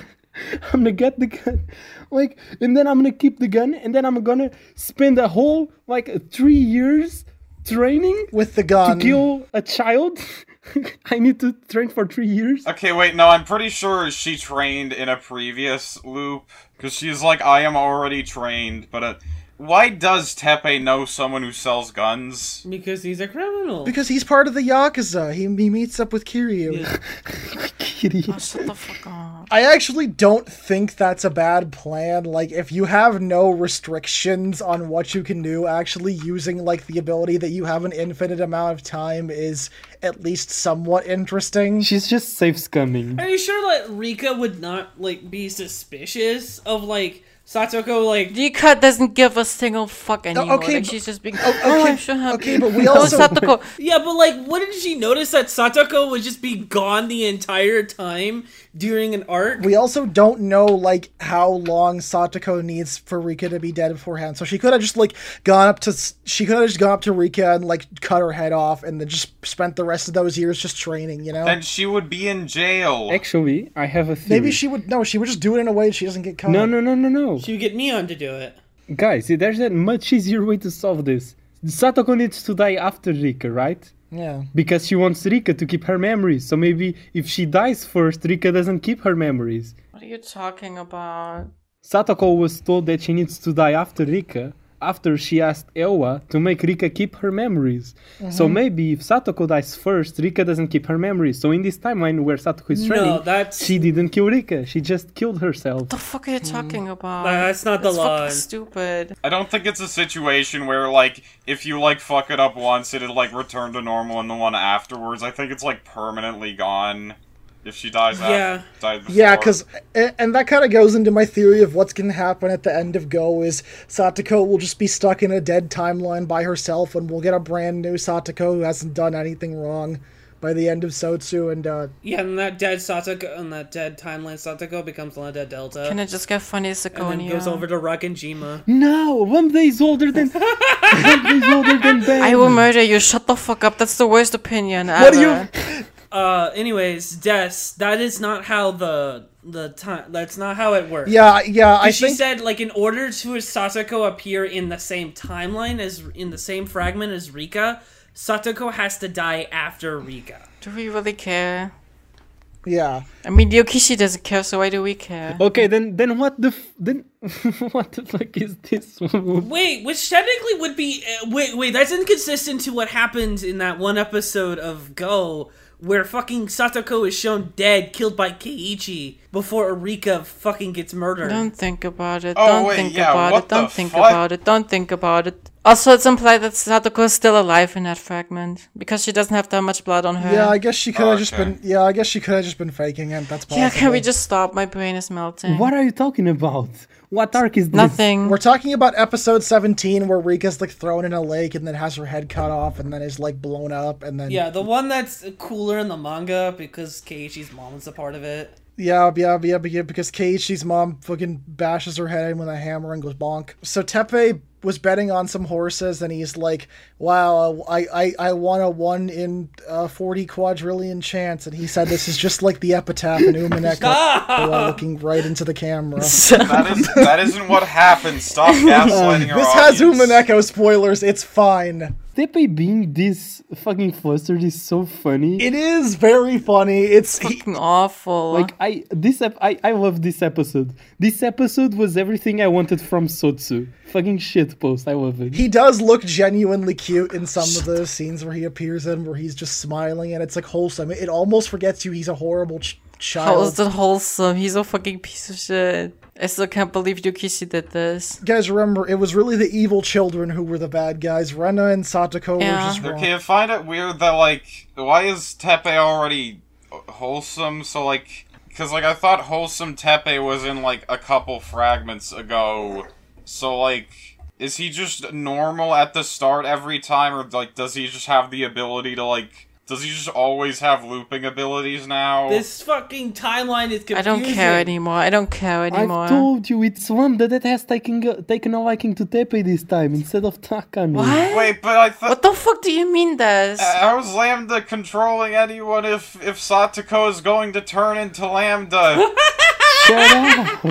[SPEAKER 2] I'm gonna get the gun, like, and then I'm gonna keep the gun, and then I'm gonna spend a whole like three years training
[SPEAKER 3] With the gun.
[SPEAKER 2] to kill a child. I need to train for three years.
[SPEAKER 5] Okay, wait, no, I'm pretty sure she trained in a previous loop because she's like, I am already trained. But uh, why does Tepe know someone who sells guns?
[SPEAKER 1] because he's a criminal.
[SPEAKER 3] because he's part of the Yakuza. He, he meets up with Kiryu.
[SPEAKER 1] Yeah.
[SPEAKER 2] Kitty.
[SPEAKER 4] Oh, shut the fuck up.
[SPEAKER 3] I actually don't think that's a bad plan. Like, if you have no restrictions on what you can do, actually using, like, the ability that you have an infinite amount of time is at least somewhat interesting.
[SPEAKER 2] She's just safe scumming.
[SPEAKER 1] Are you sure that Rika would not like be suspicious of like Satoko like
[SPEAKER 4] Rika doesn't give a single fuck anymore.
[SPEAKER 3] okay,
[SPEAKER 4] like
[SPEAKER 3] but-
[SPEAKER 4] she's just being.
[SPEAKER 3] okay,
[SPEAKER 4] oh, I'm sure happy. Oh,
[SPEAKER 3] okay, but we
[SPEAKER 4] No,
[SPEAKER 3] also-
[SPEAKER 4] Satoko.
[SPEAKER 1] Yeah, but like wouldn't she notice that Satoko would just be gone the entire time during an arc?
[SPEAKER 3] We also don't know like how long Satoko needs for Rika to be dead beforehand. So she could have just like gone up to s- she could have just gone up to Rika and like cut her head off and then just spent the rest of those years just training, you know?
[SPEAKER 5] Then she would be in jail.
[SPEAKER 2] Actually, I have a theory.
[SPEAKER 3] Maybe she would no, she would just do it in a way she doesn't get caught.
[SPEAKER 2] No, no, no, no, no.
[SPEAKER 1] She would get Neon to do it.
[SPEAKER 2] Guys, see, there's a much easier way to solve this. Satoko needs to die after Rika, right?
[SPEAKER 3] Yeah.
[SPEAKER 2] because she wants Rika to keep her memories. So maybe if she dies first, Rika doesn't keep her memories.
[SPEAKER 4] What are you talking about?
[SPEAKER 2] Satoko was told that she needs to die after Rika after she asked Ewa to make Rika keep her memories. So maybe if Satoko dies first, Rika doesn't keep her memories. So in this timeline where Satoko is training,
[SPEAKER 1] No, that's
[SPEAKER 2] she didn't kill Rika. She just killed herself.
[SPEAKER 4] The fuck are you talking about?
[SPEAKER 1] that's not the
[SPEAKER 4] It's fucking
[SPEAKER 1] line.
[SPEAKER 4] Stupid.
[SPEAKER 5] I don't think it's a situation where like if you like fuck it up once, it'll like return to normal in the one afterwards. I think it's like permanently gone. If she dies,
[SPEAKER 1] Yeah.
[SPEAKER 5] after, died before.
[SPEAKER 3] Yeah, because and that kind of goes into my theory of what's going to happen at the end of Go is Satoko will just be stuck in a dead timeline by herself, and we'll get a brand new Satoko who hasn't done anything wrong by the end of Sotsu. And uh,
[SPEAKER 1] yeah, and that dead Satoko and that dead timeline Satoko becomes Lana Dead Delta.
[SPEAKER 4] Can it just get funny as a
[SPEAKER 1] and then goes over to Rock and Jima.
[SPEAKER 2] No, one day is older than one day is older than Ben.
[SPEAKER 4] I will murder you. Shut the fuck up. That's the worst opinion ever.
[SPEAKER 3] what do you?
[SPEAKER 1] Uh, anyways, Des, that is not how the the time. That's not how it works.
[SPEAKER 3] Yeah, yeah. I
[SPEAKER 1] she
[SPEAKER 3] think
[SPEAKER 1] said like in order to Satoko appear in the same timeline as in the same fragment as Rika, Satoko has to die after Rika.
[SPEAKER 4] Do we really care?
[SPEAKER 3] yeah.
[SPEAKER 4] I mean, Yokishi doesn't care, so why do we care?
[SPEAKER 2] Okay, then then what the f- then what the fuck is this?
[SPEAKER 1] Wait, which technically would be uh, wait wait that's inconsistent to what happened in that one episode of Go where fucking Satoko is shown dead killed by Keiichi before Rika fucking gets murdered.
[SPEAKER 4] Don't think about it.
[SPEAKER 5] Oh,
[SPEAKER 4] Don't
[SPEAKER 5] wait,
[SPEAKER 4] think
[SPEAKER 5] yeah,
[SPEAKER 4] about
[SPEAKER 5] what
[SPEAKER 4] it. Don't
[SPEAKER 5] the
[SPEAKER 4] think
[SPEAKER 5] fuck?
[SPEAKER 4] about it. Don't think about it. Also, it's implied that Satoko is still alive in that fragment because she doesn't have that much blood on her.
[SPEAKER 3] Yeah, I guess she could have just
[SPEAKER 5] Okay.
[SPEAKER 3] been. Yeah, I guess she could have just been faking it. That's possible.
[SPEAKER 4] Yeah, can we just stop? My brain is melting.
[SPEAKER 2] what are you talking about? What arc is this?
[SPEAKER 4] Nothing.
[SPEAKER 3] We're talking about episode seventeen where Rika's like thrown in a lake and then has her head cut off and then is like blown up and then
[SPEAKER 1] Yeah, the one that's cooler in the manga because Keiichi's mom was a part of it.
[SPEAKER 3] Yeah, yeah, yeah, yeah, because Keiichi's mom fucking bashes her head in with a hammer and goes bonk. So Tepe was betting on some horses, and he's like, "Wow, I, I, I won a one in uh, forty quadrillion chance." And he said, "This is just like the epitaph in Umanek." while looking right into the camera. this
[SPEAKER 5] that is that isn't what happened. Stop gaslighting her.
[SPEAKER 3] Uh, has
[SPEAKER 5] audience.
[SPEAKER 3] Umaneko spoilers. It's fine.
[SPEAKER 2] Tepe being this fucking flustered is so funny.
[SPEAKER 3] It is very funny. It's he,
[SPEAKER 4] Fucking awful.
[SPEAKER 2] like I this ep- I I love this episode. This episode was everything I wanted from Sotsu. Fucking shit post. I love it.
[SPEAKER 3] he does look genuinely cute in some of the scenes where he appears in, where he's just smiling, and it's like wholesome. It almost forgets you he's a horrible ch-
[SPEAKER 4] How is
[SPEAKER 3] child.
[SPEAKER 4] that wholesome? He's a fucking piece of shit. I still can't believe Yukishi did this.
[SPEAKER 3] You guys remember it was really the evil children who were the bad guys. Rena and Satoko
[SPEAKER 4] Yeah.
[SPEAKER 3] were just wrong.
[SPEAKER 5] Okay, I find it weird that like why is Tepe already wholesome? So like because like I thought wholesome Tepe was in like a couple fragments ago. So like is he just normal at the start every time, or like does he just have the ability to like? Does he just always have looping abilities now?
[SPEAKER 1] This fucking timeline is confusing.
[SPEAKER 4] I don't care anymore. I don't care anymore.
[SPEAKER 2] I've told you it's Lambda that has taken a, taken a liking to Tepe this time instead of Takano.
[SPEAKER 4] what?
[SPEAKER 5] Wait, but I thought
[SPEAKER 4] What the fuck do you mean, this?
[SPEAKER 2] Uh,
[SPEAKER 5] How is Lambda controlling anyone if if Satoko is going to turn into Lambda?
[SPEAKER 2] Shut up.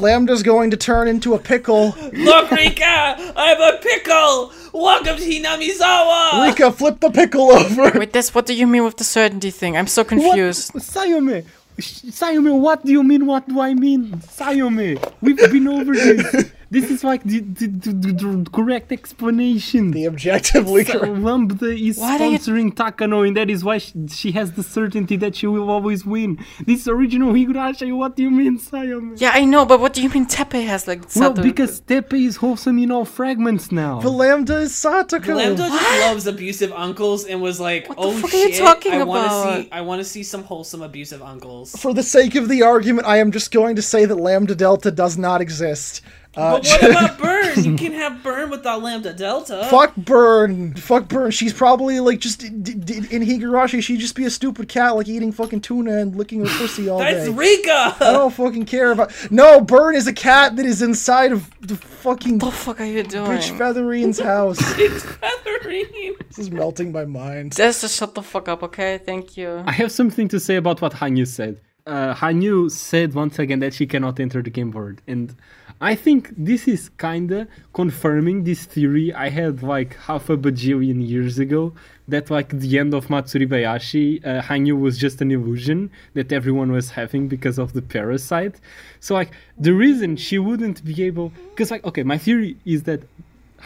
[SPEAKER 3] Lambda's going to turn into a pickle.
[SPEAKER 1] Look, Rika, I'm a pickle. Welcome to Hinamizawa.
[SPEAKER 3] Rika, flip the pickle over.
[SPEAKER 4] Wait, this. What do you mean with the certainty thing? I'm so
[SPEAKER 2] What?
[SPEAKER 4] confused.
[SPEAKER 2] Sayome! Sh- Sayome, what do you mean? What do I mean? Sayome, we've been over this. This is like the, the, the, the- the correct explanation.
[SPEAKER 3] The objectively
[SPEAKER 2] Sa-
[SPEAKER 3] correct.
[SPEAKER 2] Lambda is
[SPEAKER 4] Why do you-
[SPEAKER 2] sponsoring Takano, and that is why she, she has the certainty that she will always win. This original Higurashi, what do you mean, Sayome?
[SPEAKER 4] Yeah, I know, but what do you mean Tepe has like
[SPEAKER 2] well,
[SPEAKER 4] Sato-
[SPEAKER 2] because Tepe is wholesome in all fragments now.
[SPEAKER 3] But Lambda is Satoko.
[SPEAKER 1] Lambda just loves abusive uncles and was like,
[SPEAKER 4] What the
[SPEAKER 1] "Oh
[SPEAKER 4] fuck are you
[SPEAKER 1] shit,
[SPEAKER 4] talking
[SPEAKER 1] I want
[SPEAKER 4] about?"
[SPEAKER 1] to see, I want to see some wholesome abusive uncles."
[SPEAKER 3] For the sake of the argument, I am just going to say that Lambda Delta does not exist. Uh,
[SPEAKER 1] But what about Burn? You can have Burn without Lambda Delta.
[SPEAKER 3] fuck Burn. Fuck Burn. She's probably like just d- d- d- in Higurashi. She'd just be a stupid cat, like eating fucking tuna and licking her pussy all
[SPEAKER 1] that's
[SPEAKER 3] day. I
[SPEAKER 1] Rika.
[SPEAKER 3] don't fucking care about. No, Burn is a cat that is inside of the fucking
[SPEAKER 4] What the fuck are you doing?
[SPEAKER 3] Bitch Featherine's house.
[SPEAKER 1] It's Featherine.
[SPEAKER 3] this is melting my mind.
[SPEAKER 4] Des, just shut the fuck up, okay? Thank you.
[SPEAKER 2] I have something to say about what Hanyu said. uh, Hanyu said once again that she cannot enter the game world, and I think this is kinda confirming this theory I had like half a bajillion years ago that like the end of Matsuri Bayashi, uh, Hanyu was just an illusion that everyone was having because of the parasite. So like the reason she wouldn't be able, because like okay, my theory is that.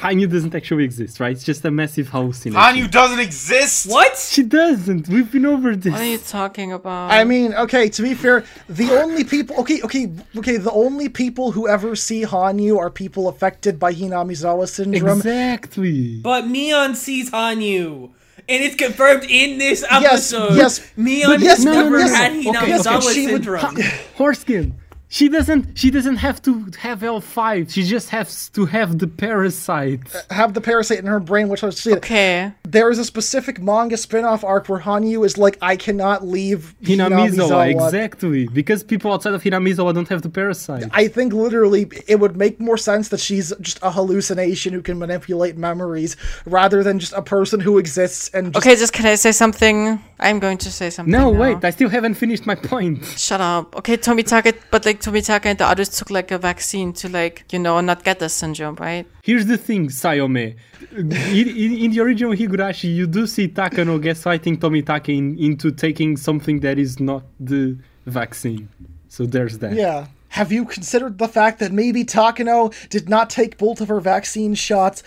[SPEAKER 2] Hanyu doesn't actually exist, right? It's just a massive hallucination.
[SPEAKER 5] Hanyu doesn't exist.
[SPEAKER 1] What?
[SPEAKER 2] She doesn't. We've been over this.
[SPEAKER 4] What are you talking about?
[SPEAKER 3] I mean, okay, to be fair, the only people okay, okay, okay, the only people who ever see Hanyu are people affected by Hinamizawa syndrome.
[SPEAKER 2] Exactly.
[SPEAKER 1] But Neon sees Hanyu. And it's confirmed in this
[SPEAKER 3] Yes,
[SPEAKER 1] episode.
[SPEAKER 3] yes.
[SPEAKER 1] Neon
[SPEAKER 3] But yes,
[SPEAKER 1] has
[SPEAKER 3] no, no,
[SPEAKER 1] never
[SPEAKER 3] yes.
[SPEAKER 1] had
[SPEAKER 2] Okay,
[SPEAKER 1] Hinamizawa
[SPEAKER 3] okay, she would-
[SPEAKER 1] syndrome.
[SPEAKER 2] Horskin. She doesn't. She doesn't have to have L five. She just has to have the parasite.
[SPEAKER 3] Have the parasite in her brain, which I was see.
[SPEAKER 4] okay.
[SPEAKER 3] There is a specific manga spin-off arc where Hanyu is like, I cannot leave
[SPEAKER 2] Hinamizawa,
[SPEAKER 3] Hinamizawa."
[SPEAKER 2] exactly. Because people outside of Hinamizawa don't have the parasite.
[SPEAKER 3] I think literally it would make more sense that she's just a hallucination who can manipulate memories rather than just a person who exists and just
[SPEAKER 4] Okay, just can I say something? I'm going to say something.
[SPEAKER 2] no,
[SPEAKER 4] now.
[SPEAKER 2] wait. I still haven't finished my point.
[SPEAKER 4] Shut up. Okay, Tommy Tucket, but like Tommy Tucker and the others took like a vaccine to like, you know, not get the syndrome, right?
[SPEAKER 2] Here's the thing, Sayome. In, in, in the original Higurashi, you do see Takano gaslighting Tomitake in, into taking something that is not the vaccine. So there's that.
[SPEAKER 3] Yeah. Have you considered the fact that maybe Takano did not take both of her vaccine shots,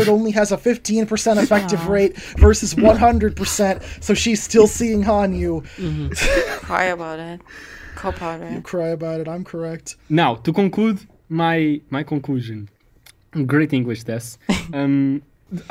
[SPEAKER 3] it only has a 15% effective rate versus 100%, so she's still seeing Hanyu?
[SPEAKER 4] Cry about it. Cop out, right?
[SPEAKER 3] Cry about it, I'm correct.
[SPEAKER 2] Now, to conclude my my conclusion, great English test. Um,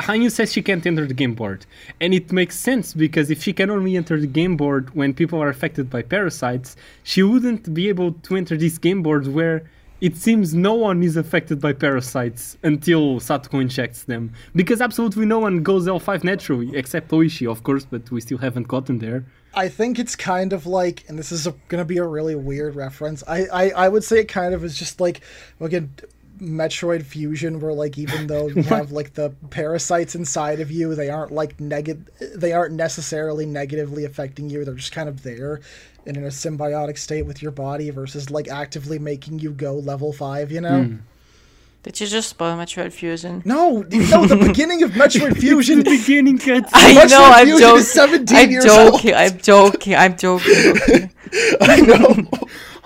[SPEAKER 2] Hanyu says she can't enter the game board, and it makes sense because if she can only enter the game board when people are affected by parasites, she wouldn't be able to enter this game board where it seems no one is affected by parasites until Satuko injects them. Because absolutely no one goes L5 naturally, except Oishi, of course, but we still haven't gotten there.
[SPEAKER 3] I think it's kind of like, and this is a, gonna be a really weird reference. I, I, I would say it kind of is just like, again, Metroid Fusion, where like even though you have like the parasites inside of you, they aren't like negative, they aren't necessarily negatively affecting you. They're just kind of there, and in a symbiotic state with your body versus like actively making you go level five. You know.
[SPEAKER 4] Did you just spoil Metroid Fusion?
[SPEAKER 3] No, no, the beginning of Metroid Fusion.
[SPEAKER 2] The beginning cuts.
[SPEAKER 4] I
[SPEAKER 3] Metroid
[SPEAKER 4] know, I'm
[SPEAKER 3] Fusion
[SPEAKER 4] joking.
[SPEAKER 3] is 17
[SPEAKER 4] I'm
[SPEAKER 3] years
[SPEAKER 4] joking, I'm joking, I'm joking.
[SPEAKER 3] I know.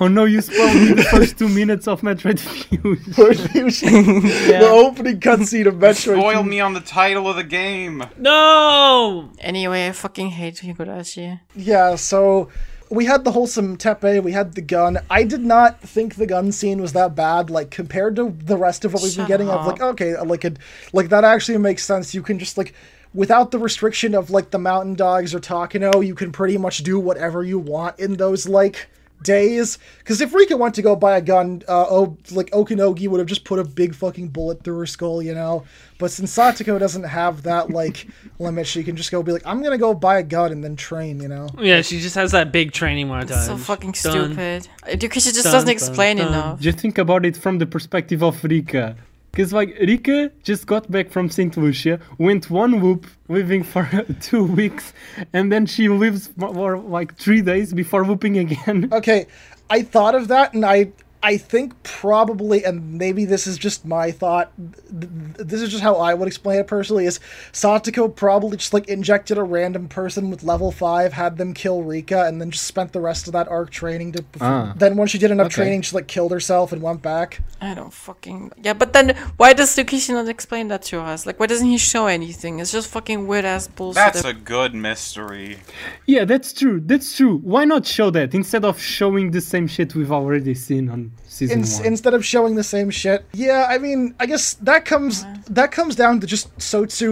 [SPEAKER 2] Oh no, you spoiled me the first two minutes of Metroid Fusion.
[SPEAKER 3] Metroid Fusion. The opening cutscene of Metroid
[SPEAKER 5] Spoil me on the title of the game.
[SPEAKER 1] No!
[SPEAKER 4] Anyway, I fucking hate Higurashi.
[SPEAKER 3] Yeah, so we had the wholesome Tepe, we had the gun. I did not think the gun scene was that bad, like compared to the rest of what we've been
[SPEAKER 4] Shut
[SPEAKER 3] getting. Of
[SPEAKER 4] up.
[SPEAKER 3] like, okay, like it, like that actually makes sense. You can just like, without the restriction of like the mountain dogs or Takano, you can pretty much do whatever you want in those like days. Because if Rika went to go buy a gun, uh, oh, like Okanogi would have just put a big fucking bullet through her skull, you know. But since Satoko doesn't have that like limit, she can just go be like, I'm gonna go buy a gun and then train, you know.
[SPEAKER 1] Yeah, she just has that big training montage.
[SPEAKER 4] So fucking
[SPEAKER 1] Done.
[SPEAKER 4] stupid. Education just
[SPEAKER 1] Dun,
[SPEAKER 4] doesn't
[SPEAKER 1] dun,
[SPEAKER 4] explain
[SPEAKER 1] dun.
[SPEAKER 4] enough.
[SPEAKER 2] Just think about it from the perspective of Rika. Because, like, Rika just got back from St. Lucia, went one loop, living for two weeks, and then she lives for, for, like three days before looping again.
[SPEAKER 3] Okay, I thought of that, and I I think probably, and maybe this is just my thought. th- th- This is just how I would explain it personally. Is Satoko probably just like injected a random person with level five, had them kill Rika, and then just spent the rest of that arc training to.
[SPEAKER 2] Ah.
[SPEAKER 3] Then once she did enough
[SPEAKER 2] Okay.
[SPEAKER 3] training, she like killed herself and went back.
[SPEAKER 4] I don't fucking yeah. But then why does Tsukishi not explain that to us? Like why doesn't he show anything? It's just fucking weird ass bullshit.
[SPEAKER 5] That's
[SPEAKER 4] that-
[SPEAKER 5] a good mystery.
[SPEAKER 2] yeah, that's true. That's true. Why not show that instead of showing the same shit we've already seen on season
[SPEAKER 3] In-
[SPEAKER 2] one?
[SPEAKER 3] instead of showing the same shit. Yeah, I mean, I guess that comes that comes down to just Sotsu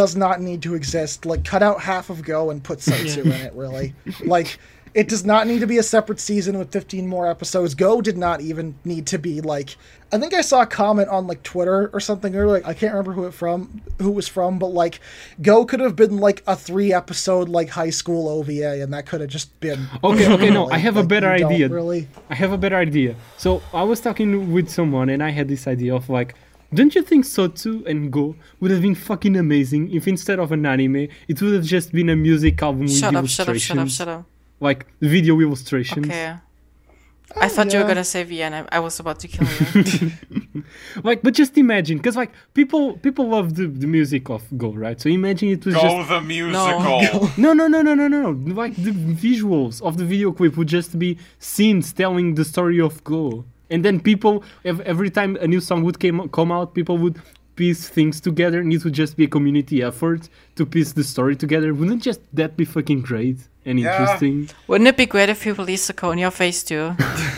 [SPEAKER 3] does not need to exist. Like cut out half of Go and put Sotsu in it, really. Like it does not need to be a separate season with 15 more episodes. Go did not even need to be like I think I saw a comment on like Twitter or something or like I can't remember who it from who it was from, but like Go could have been like a 3 episode like high school OVA and that could have just been
[SPEAKER 2] okay, okay, no, I
[SPEAKER 3] like,
[SPEAKER 2] have a
[SPEAKER 3] like,
[SPEAKER 2] better
[SPEAKER 3] you don't
[SPEAKER 2] idea.
[SPEAKER 3] Really?
[SPEAKER 2] I have a better idea. So I was talking with someone and I had this idea of like, don't you think Sotsu and Go would have been fucking amazing if instead of an anime, it would have just been a music album with
[SPEAKER 4] shut up, shut up,
[SPEAKER 2] illustrations? Mm.
[SPEAKER 4] shut up, shut up.
[SPEAKER 2] like video illustrations.
[SPEAKER 4] Okay. I thought you were
[SPEAKER 3] yeah.
[SPEAKER 4] gonna say Vienna. I was about to kill you.
[SPEAKER 2] Like, but just imagine, because like people people love the, the music of Go, right? So imagine it was
[SPEAKER 5] Go
[SPEAKER 2] just
[SPEAKER 5] the musical.
[SPEAKER 2] no no no no no no no. like the visuals of the video clip would just be scenes telling the story of Go, and then people ev- every time a new song would came come out, people would piece things together, and it would just be a community effort to piece the story together. Wouldn't just that be fucking great and
[SPEAKER 5] Yeah.
[SPEAKER 2] interesting?
[SPEAKER 4] Wouldn't it be great if you released a cone in your face too?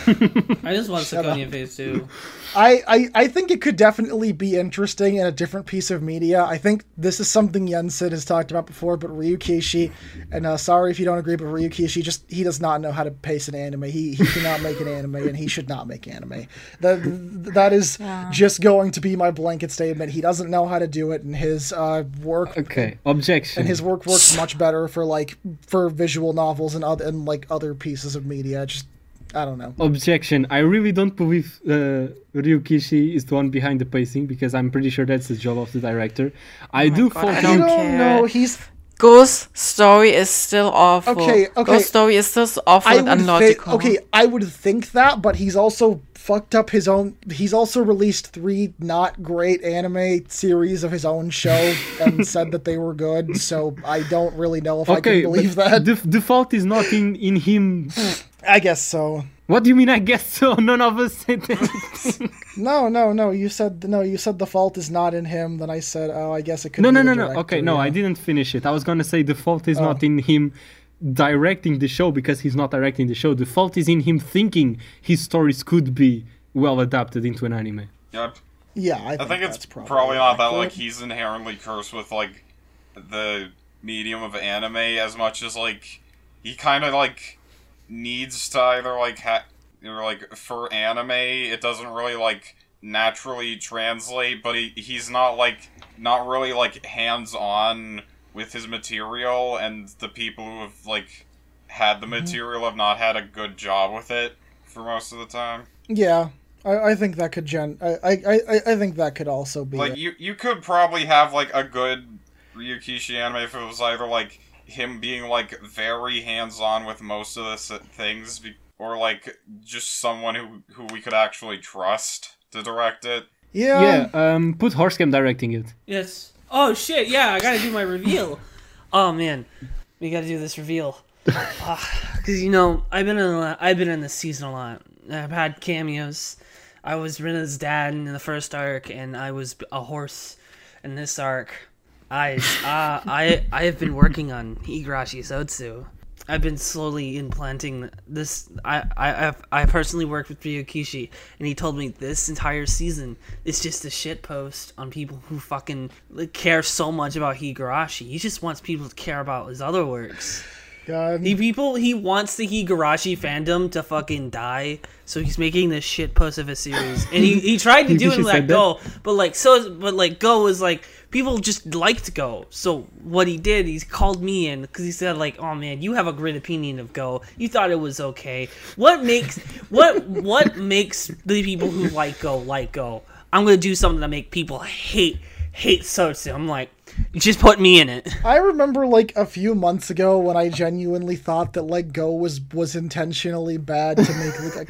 [SPEAKER 1] I just want Siconia Phase 2.
[SPEAKER 3] I, I, I think it could definitely be interesting in a different piece of media. I think this is something Yensid has talked about before, but Ryu Kishi, and uh, sorry if you don't agree, but Ryu Kishi just he does not know how to pace an anime. He he cannot make an anime, and he should not make anime. That that is just going to be my blanket statement. He doesn't know how to do it, and his uh, work
[SPEAKER 2] Okay, objection.
[SPEAKER 3] and his work works much better for like for visual novels and other and like other pieces of media. Just I don't know.
[SPEAKER 2] Objection. I really don't believe uh, Ryukishi is the one behind the pacing because I'm pretty sure that's the job of the director. I do
[SPEAKER 4] God, I
[SPEAKER 2] fucking
[SPEAKER 4] don't
[SPEAKER 3] you don't
[SPEAKER 4] care.
[SPEAKER 3] know. He's
[SPEAKER 4] Ghost story is still awful.
[SPEAKER 3] Okay, okay.
[SPEAKER 4] Ghost story is still awful
[SPEAKER 3] I
[SPEAKER 4] and
[SPEAKER 3] would thi-
[SPEAKER 4] unlogical.
[SPEAKER 3] okay, I would think that, but he's also fucked up his own. He's also released three not great anime series of his own show and said that they were good. So I don't really know if I
[SPEAKER 2] Okay,
[SPEAKER 3] can believe
[SPEAKER 2] but
[SPEAKER 3] that.
[SPEAKER 2] The, the fault is not in, in him.
[SPEAKER 3] I guess so.
[SPEAKER 2] What do you mean? I guess so. None of us said that.
[SPEAKER 3] No, no, no. You said no. You said the fault is not in him. Then I said, oh, I guess it could.
[SPEAKER 2] No,
[SPEAKER 3] be
[SPEAKER 2] no,
[SPEAKER 3] the
[SPEAKER 2] no, no.
[SPEAKER 3] director,
[SPEAKER 2] Okay, no, I
[SPEAKER 3] yeah.
[SPEAKER 2] didn't finish it. I was gonna say the fault is not in him directing the show because he's not directing the show. The fault is in him thinking his stories could be well adapted into an anime.
[SPEAKER 5] Yep.
[SPEAKER 3] Yeah, I think,
[SPEAKER 5] I think it's
[SPEAKER 3] that's
[SPEAKER 5] probably,
[SPEAKER 3] probably,
[SPEAKER 5] not that like
[SPEAKER 3] accurate.
[SPEAKER 5] he's inherently cursed with like the medium of anime as much as like he kind of like needs to either like ha- or like for anime it doesn't really like naturally translate but he, he's not like not really like hands on with his material and the people who have like had
[SPEAKER 3] Mm-hmm.
[SPEAKER 5] the material have not had a good job with it for most of the time
[SPEAKER 3] Yeah, I, I think that could gen. I, I, I, I think that could also be.
[SPEAKER 5] Like
[SPEAKER 3] it.
[SPEAKER 5] you, you could probably have like a good Ryukishi anime if it was either like him being like very hands-on with most of the s- things, be- or like just someone who who we could actually trust to direct it.
[SPEAKER 3] yeah.
[SPEAKER 2] Yeah. Um. Put Horsecam directing it.
[SPEAKER 1] Yes. Oh shit! Yeah, I gotta do my reveal. oh man, we gotta do this reveal. Because you know, I've been in a lot, I've been in this season a lot. I've had cameos. I was Rena's dad in the first arc, and I was a horse in this arc. I uh, I I have been working on Higurashi Sotsu. I've been slowly implanting this. I I I've, I personally worked with Ryokishi, and he told me this entire season is just a shit post on people who fucking like, care so much about Higurashi. He just wants people to care about his other works.
[SPEAKER 3] God.
[SPEAKER 1] He people he wants the Higurashi fandom to fucking die, so he's making this shit post of a series. And he, he tried to do it
[SPEAKER 2] Higurashi
[SPEAKER 1] in
[SPEAKER 2] said
[SPEAKER 1] Let Go, but like so but like Go was like people just liked Go. So what he did, he's called me in because he said like, "Oh man, you have a great opinion of Go. You thought it was okay. What makes what what makes the people who like Go like Go? I'm gonna do something to make people hate hate Sotsu." I'm like, just put me in it.
[SPEAKER 3] I remember like a few months ago when I genuinely thought that like Go was was intentionally bad to make like a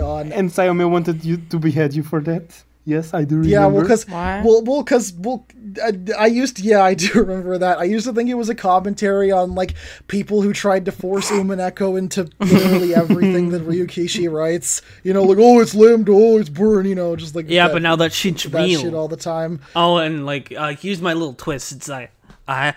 [SPEAKER 3] on.
[SPEAKER 2] And Sayome wanted you to behead you for that. Yes, I do remember.
[SPEAKER 3] Yeah, well, because
[SPEAKER 4] Why?
[SPEAKER 3] well, well, because well, I, I used yeah, I do remember that. I used to think it was a commentary on like people who tried to force Umineko into literally everything that Ryukishi writes. You know, like oh, it's limbed, oh, it's burn. You know, just like
[SPEAKER 1] Yeah,
[SPEAKER 3] that-
[SPEAKER 1] but now that shit's
[SPEAKER 3] that
[SPEAKER 1] real.
[SPEAKER 3] shit all the time.
[SPEAKER 1] Oh, and like, uh, here's my little twist. It's like, I,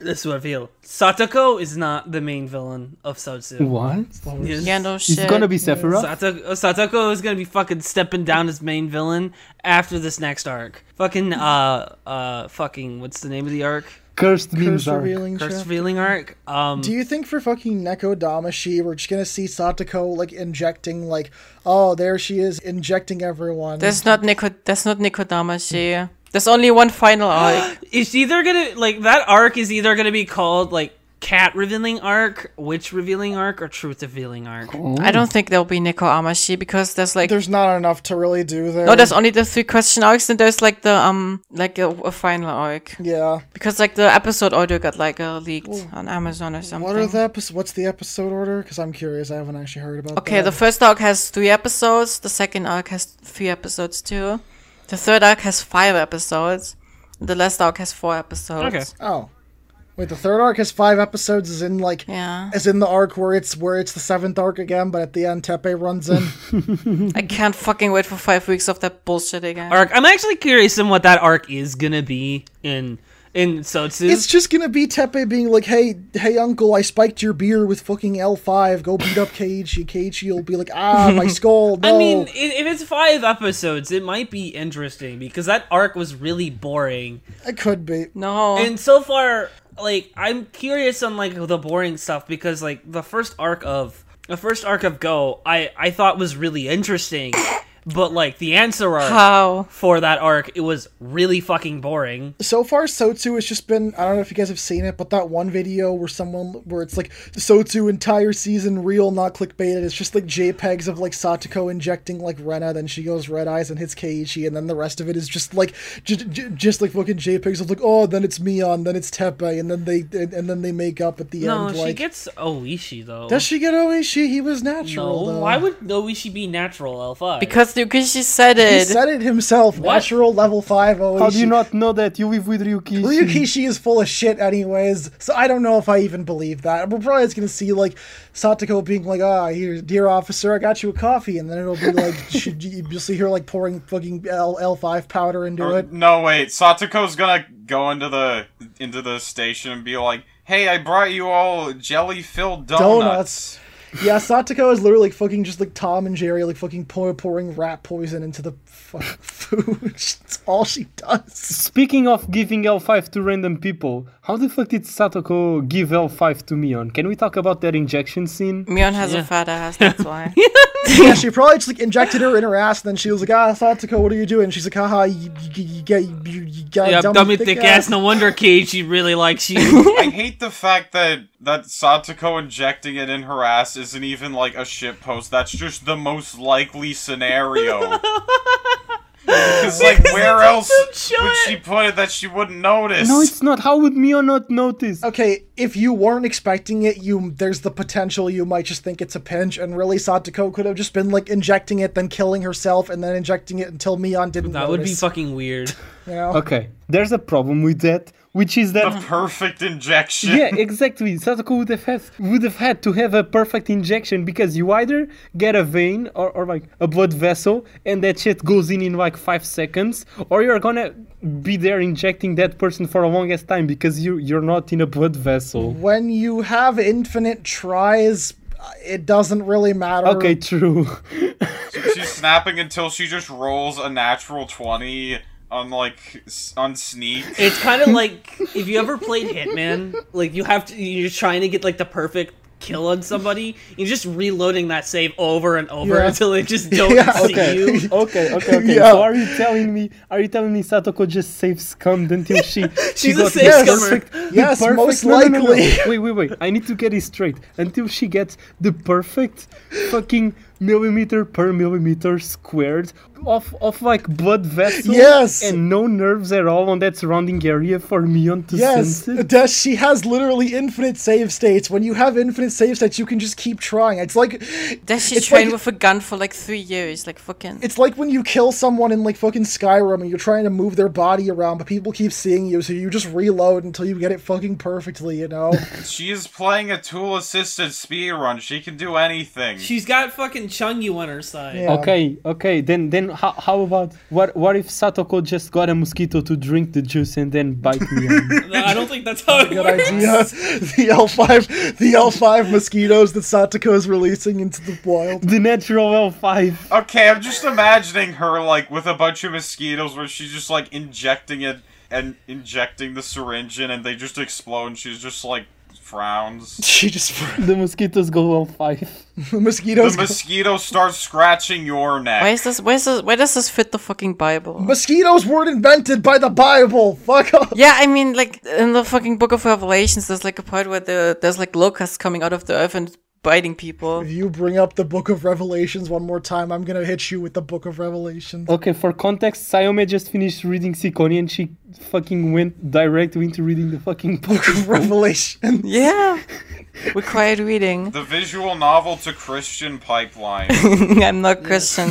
[SPEAKER 1] this is what I feel. Satoko is not the main villain of Sotsu.
[SPEAKER 2] what?
[SPEAKER 1] Yes.
[SPEAKER 4] Yeah, no
[SPEAKER 2] It's
[SPEAKER 4] shit.
[SPEAKER 2] gonna be Sephiroth.
[SPEAKER 1] Satoko, Satoko is gonna be fucking stepping down as main villain after this next arc. Fucking uh uh fucking what's the name of the arc?
[SPEAKER 2] Cursed memes
[SPEAKER 3] Curse
[SPEAKER 2] are.
[SPEAKER 3] revealing
[SPEAKER 1] Curse
[SPEAKER 3] shit.
[SPEAKER 1] revealing arc. Um,
[SPEAKER 3] Do you think for fucking Neko Damashi, we're just gonna see Satoko like injecting like, oh, there she is injecting everyone.
[SPEAKER 4] That's not Nico. That's not Nikodamashi. There's only one final arc.
[SPEAKER 1] it's either gonna like that arc is either gonna be called like cat revealing arc, witch revealing arc, or truth revealing arc.
[SPEAKER 4] I don't think there'll be Nico Amashi because there's like
[SPEAKER 3] There's not enough to really do there.
[SPEAKER 4] no, there's only the three question arcs and there's like the um like a, a final arc
[SPEAKER 3] yeah.
[SPEAKER 4] because like the episode order got like uh, leaked on Amazon or something.
[SPEAKER 3] What are the episodes? What's the episode order? Because I'm curious. I haven't actually heard about.
[SPEAKER 4] Okay,
[SPEAKER 3] that.
[SPEAKER 4] the first arc has three episodes. The second arc has three episodes too. The third arc has five episodes. The last arc has four episodes.
[SPEAKER 1] Okay.
[SPEAKER 3] oh, wait. The third arc has five episodes. Is in like
[SPEAKER 4] Yeah,
[SPEAKER 3] is in the arc where it's where it's the seventh arc again, but at the end Tepe runs in.
[SPEAKER 4] I can't fucking wait for five weeks of that bullshit again.
[SPEAKER 1] Arc. I'm actually curious in what that arc is gonna be in in Sotsu.
[SPEAKER 3] it's just gonna be Tepe being like, "Hey, hey, uncle, I spiked your beer with fucking L five. Go beat up Keiichi. Keiichi will be like, ah, my skull. No.
[SPEAKER 1] I mean, i- if it's five episodes, it might be interesting because that arc was really boring.
[SPEAKER 3] it could be.
[SPEAKER 4] No,
[SPEAKER 3] Oh.
[SPEAKER 1] And so far, like I'm curious on like the boring stuff because like the first arc of the first arc of Go, I I thought was really interesting, but like the answer arc
[SPEAKER 4] how?
[SPEAKER 1] for that arc, it was really fucking boring.
[SPEAKER 3] so far Sotsu has just been I don't know if you guys have seen it, but that one video where someone where it's like the Sotsu entire season real, not clickbaited. It's just like JPEGs of like Satoko injecting like Rena, then she goes red eyes and hits Keiichi, and then the rest of it is just like just, just like fucking JPEGs of like oh then it's Mion, then it's Tepe, and then they and, and then they make up at the
[SPEAKER 1] No,
[SPEAKER 3] end.
[SPEAKER 1] she
[SPEAKER 3] like
[SPEAKER 1] gets Oishi though.
[SPEAKER 3] does she get Oishi? He was
[SPEAKER 1] no,
[SPEAKER 3] natural. though.
[SPEAKER 1] why would Oishi be natural L5?
[SPEAKER 4] Because Ryukishi said it.
[SPEAKER 3] he said it himself?
[SPEAKER 1] What?
[SPEAKER 3] Natural level five Oishi.
[SPEAKER 2] How do you not know that? You live with Ryukishi.
[SPEAKER 3] Ryukishi is full of shit, anyways. So I don't know if I even believe that. We're probably just gonna see like Satoko being like, "Ah, here, dear officer, I got you a coffee," and then it'll be like, should you, you'll see her like pouring fucking L L five powder into
[SPEAKER 5] Or-
[SPEAKER 3] it.
[SPEAKER 5] no, wait. Satoko's gonna go into the into the station and be like, "Hey, I brought you all jelly-filled donuts."
[SPEAKER 3] Donuts. Yeah, Satoko is literally like, fucking just like Tom and Jerry, like fucking pour, pouring rat poison into the fucking food. That's all she does.
[SPEAKER 2] Speaking of giving L5 to random people, how the fuck did Satoko give L5 to Mion? Can we talk about that injection scene?
[SPEAKER 4] Mion has a fat ass, that's why.
[SPEAKER 3] Yeah, she probably just like injected her in her ass, and then she was like, "Ah, Satoko, what are you doing?" She's like, "Haha, you, you, you, get- you, you got
[SPEAKER 1] yeah,
[SPEAKER 3] dumb
[SPEAKER 1] dummy
[SPEAKER 3] thick
[SPEAKER 1] thick ass. No wonder Keiichi really likes you.
[SPEAKER 5] I hate the fact that that Satoko injecting it in her ass isn't even like a shit post. That's just the most likely scenario. Because like, where else
[SPEAKER 1] show
[SPEAKER 5] would she put it that she wouldn't notice?
[SPEAKER 2] No, it's not. How would Mion not notice?
[SPEAKER 3] Okay, if you weren't expecting it, you there's the potential you might just think it's a pinch, and really Satoko could have just been like injecting it, then killing herself, and then injecting it until Mion didn't.
[SPEAKER 1] that would be
[SPEAKER 3] notice,
[SPEAKER 1] fucking weird.
[SPEAKER 3] You know?
[SPEAKER 2] Okay, there's a problem with that, which is
[SPEAKER 5] the
[SPEAKER 2] that.
[SPEAKER 5] perfect injection.
[SPEAKER 2] Yeah, exactly. Satoko would have, had, would have had to have a perfect injection because you either get a vein or, or like a blood vessel and that shit goes in in like five seconds, or you're gonna be there injecting that person for a longest time because you you're not in a blood vessel.
[SPEAKER 3] When you have infinite tries, uh, it doesn't really matter.
[SPEAKER 2] Okay, true.
[SPEAKER 5] She's snapping until she just rolls a natural twenty on like s- on sneak.
[SPEAKER 1] It's kind of like if you ever played Hitman, like you have to, you're trying to get like the perfect kill on somebody, you're just reloading that save over and over
[SPEAKER 3] Yeah.
[SPEAKER 1] until they just don't
[SPEAKER 3] Yeah,
[SPEAKER 1] see
[SPEAKER 3] okay.
[SPEAKER 1] you.
[SPEAKER 2] Okay, okay, okay.
[SPEAKER 3] Yeah.
[SPEAKER 2] So are you telling me? Are you telling me Satoko just saves scummed until she she
[SPEAKER 1] She's a
[SPEAKER 2] got
[SPEAKER 1] safe
[SPEAKER 2] the
[SPEAKER 1] scummer.
[SPEAKER 2] perfect, the
[SPEAKER 3] Yes,
[SPEAKER 2] perfect-
[SPEAKER 3] most
[SPEAKER 2] no, no, no, no.
[SPEAKER 3] likely.
[SPEAKER 2] Wait, wait, wait. I need to get it straight. Until she gets the perfect fucking millimeter per millimeter squared of of like blood vessel
[SPEAKER 3] Yes.
[SPEAKER 2] and no nerves at all on that surrounding area for Mion to
[SPEAKER 3] Yes,
[SPEAKER 2] sense it.
[SPEAKER 3] does she has literally infinite save states. When you have infinite save states, you can just keep trying. It's like
[SPEAKER 4] Does she
[SPEAKER 3] It's
[SPEAKER 4] train
[SPEAKER 3] like-
[SPEAKER 4] with a gun for like three years? Like fucking.
[SPEAKER 3] It's like when you kill someone in like fucking Skyrim and you're trying to move their body around, but people keep seeing you, so you just reload until you get it fucking perfectly, you know?
[SPEAKER 5] She is playing a tool assisted speedrun. She can do anything.
[SPEAKER 1] She's got fucking Chung Yu on her side.
[SPEAKER 3] Yeah.
[SPEAKER 2] Okay, okay. Then, then how, how about what? What if Satoko just got a mosquito to drink the juice and then bite Mion?
[SPEAKER 1] I don't think that's how it
[SPEAKER 3] Good
[SPEAKER 1] works.
[SPEAKER 3] idea. The L5, the L5 mosquitoes that Satoko is releasing into the wild.
[SPEAKER 2] the natural L5.
[SPEAKER 5] Okay, I'm just imagining her like with a bunch of mosquitoes where she's just like injecting it and injecting the syringe in and they just explode and she's just like frowns.
[SPEAKER 3] She just
[SPEAKER 2] The mosquitoes go all five.
[SPEAKER 3] the
[SPEAKER 5] The
[SPEAKER 3] mosquitoes.
[SPEAKER 5] mosquito starts scratching your neck.
[SPEAKER 4] Why is this? Where's this? Where does this fit the fucking Bible?
[SPEAKER 3] mosquitoes weren't invented by the Bible. Fuck off.
[SPEAKER 4] Yeah, I mean, like in the fucking Book of Revelations, there's like a part where the, there's like locusts coming out of the earth and biting people.
[SPEAKER 3] If you bring up the Book of Revelations one more time, I'm gonna hit you with the Book of Revelations.
[SPEAKER 2] Okay, for context, Sayome just finished reading Sikoni and she fucking went direct into reading the fucking book.
[SPEAKER 3] Book of Revelation.
[SPEAKER 4] Yeah, required reading.
[SPEAKER 5] The visual novel to Christian pipeline.
[SPEAKER 4] I'm not Christian.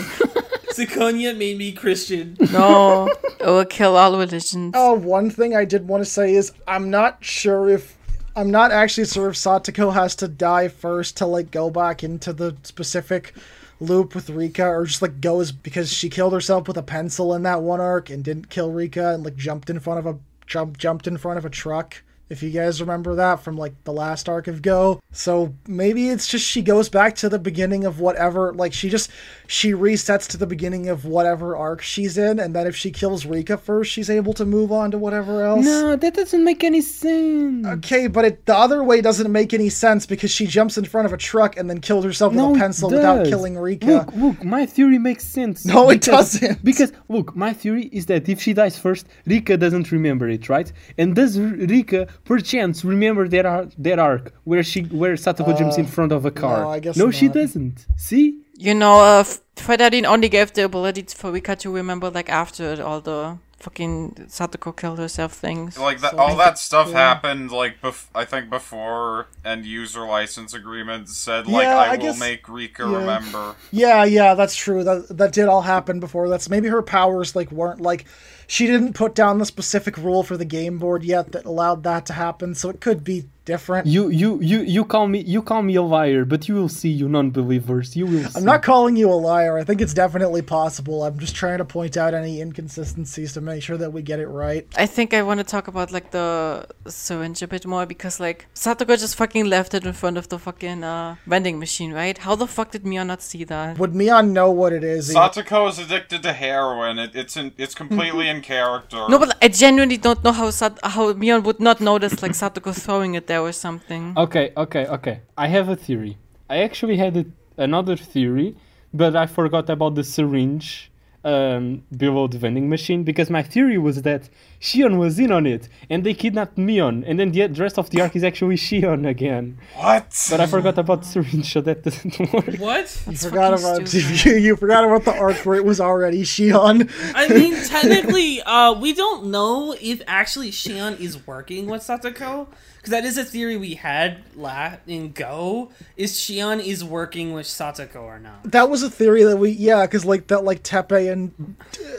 [SPEAKER 1] Siconia made me Christian.
[SPEAKER 4] No, it will kill all religions.
[SPEAKER 3] Uh, one thing I did want to say is I'm not sure if I'm not actually sure if Satoko has to die first to like go back into the specific loop with Rika or just like goes because she killed herself with a pencil in that one arc and didn't kill Rika and like jumped in front of a jump jumped in front of a truck. If you guys remember that from like the last arc of Go. So maybe it's just she goes back to the beginning of whatever like she just she resets to the beginning of whatever arc she's in and then if she kills Rika first she's able to move on to whatever else.
[SPEAKER 2] No, that doesn't make any sense.
[SPEAKER 3] Okay, but it, the other way doesn't make any sense because she jumps in front of a truck and then kills herself
[SPEAKER 2] no,
[SPEAKER 3] with
[SPEAKER 2] it
[SPEAKER 3] a pencil without
[SPEAKER 2] does.
[SPEAKER 3] killing Rika.
[SPEAKER 2] Look, look, my theory makes sense.
[SPEAKER 3] No, it doesn't.
[SPEAKER 2] Because look, my theory is that if she dies first, Rika doesn't remember it, right? And does R- Rika perchance remember that ar- that arc where she where Satoko jumps in front of a car?
[SPEAKER 3] Uh, no, I guess
[SPEAKER 2] she
[SPEAKER 3] not.
[SPEAKER 2] doesn't. See,
[SPEAKER 4] You know, uh, Fredadin only gave the ability t- for Rika to remember like after all the fucking Satoko killed herself things.
[SPEAKER 5] like that, all that stuff happened. Like bef- I think before end user license agreement said like
[SPEAKER 3] Yeah,
[SPEAKER 5] I,
[SPEAKER 3] I
[SPEAKER 5] will
[SPEAKER 3] guess-
[SPEAKER 5] make Rika
[SPEAKER 3] yeah.
[SPEAKER 5] remember.
[SPEAKER 3] Yeah, yeah, that's true. That that did all happen before. That's maybe her powers like weren't like she didn't put down the specific rule for the game board yet that allowed that to happen, so it could be different.
[SPEAKER 2] you you you you call me you call me a liar, but you will see, you non-believers. You will. See.
[SPEAKER 3] I'm not calling you a liar. I think it's definitely possible. I'm just trying to point out any inconsistencies to make sure that we get it right.
[SPEAKER 4] I think I want to talk about like the syringe a bit more because like Satoko just fucking left it in front of the fucking uh, vending machine, right? How the fuck did Mia not see that?
[SPEAKER 3] Would Mion know what it is?
[SPEAKER 5] Satoko is addicted to heroin. It, it's in, it's completely in character.
[SPEAKER 4] No, but I genuinely don't know how Sat- how Mion would not notice like Satoko throwing it there or something.
[SPEAKER 2] Okay, okay, okay. I have a theory. I actually had a, another theory, but I forgot about the syringe um, below the vending machine because my theory was that Shion was in on it and they kidnapped Mion, and then the rest of the arc is actually Shion again.
[SPEAKER 5] what?
[SPEAKER 2] But I forgot about syringe, so that doesn't work.
[SPEAKER 1] What?
[SPEAKER 3] You forgot
[SPEAKER 4] fucking
[SPEAKER 3] about
[SPEAKER 4] stupid.
[SPEAKER 3] you, you forgot about the arc where it was already Shion.
[SPEAKER 1] I mean, technically, uh, we don't know if actually Shion is working with Satoko, because that is a theory we had la- in Go. Is Shion is working with Satoko or not?
[SPEAKER 3] That was a theory that we yeah, because like that like Tepe and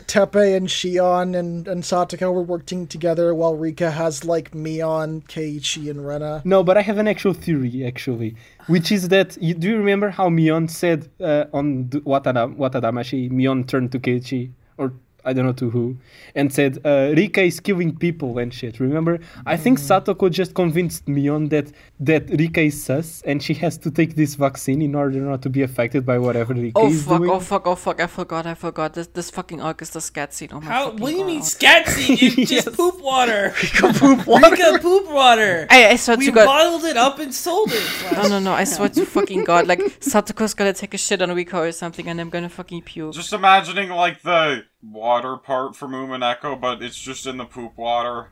[SPEAKER 3] Tepe and Shion and and Satoko were working together while Rika has like Mion, Keiichi, and Rena.
[SPEAKER 2] No, but I have an actual theory actually, which is that you, do you remember how Mion said uh, on the Watada, Watadamashi, Mion turned to Keiichi or I don't know to who, and said uh, Rika is killing people and shit. Remember? I think
[SPEAKER 4] Mm-hmm.
[SPEAKER 2] Satoko just convinced Mion that that Rika is sus and she has to take this vaccine in order not to be affected by whatever Rika
[SPEAKER 4] Oh
[SPEAKER 2] is
[SPEAKER 4] fuck!
[SPEAKER 2] doing.
[SPEAKER 4] Oh fuck! Oh fuck! I forgot! I forgot! This this fucking arc is the scat scene. Oh my
[SPEAKER 1] How?
[SPEAKER 4] fucking
[SPEAKER 1] What do you mean
[SPEAKER 4] God.
[SPEAKER 1] scat scene? It's
[SPEAKER 2] Yes.
[SPEAKER 1] just poop water.
[SPEAKER 3] Poop water.
[SPEAKER 1] Rika poop water.
[SPEAKER 4] I, I swear
[SPEAKER 1] We
[SPEAKER 4] to God.
[SPEAKER 1] bottled it up and sold it.
[SPEAKER 4] No, no, no! I swear to fucking God! Like Satoko's gonna take a shit on Rico or something, and I'm gonna fucking puke.
[SPEAKER 5] Just imagining like the water part from Umineko, but it's just in the poop water.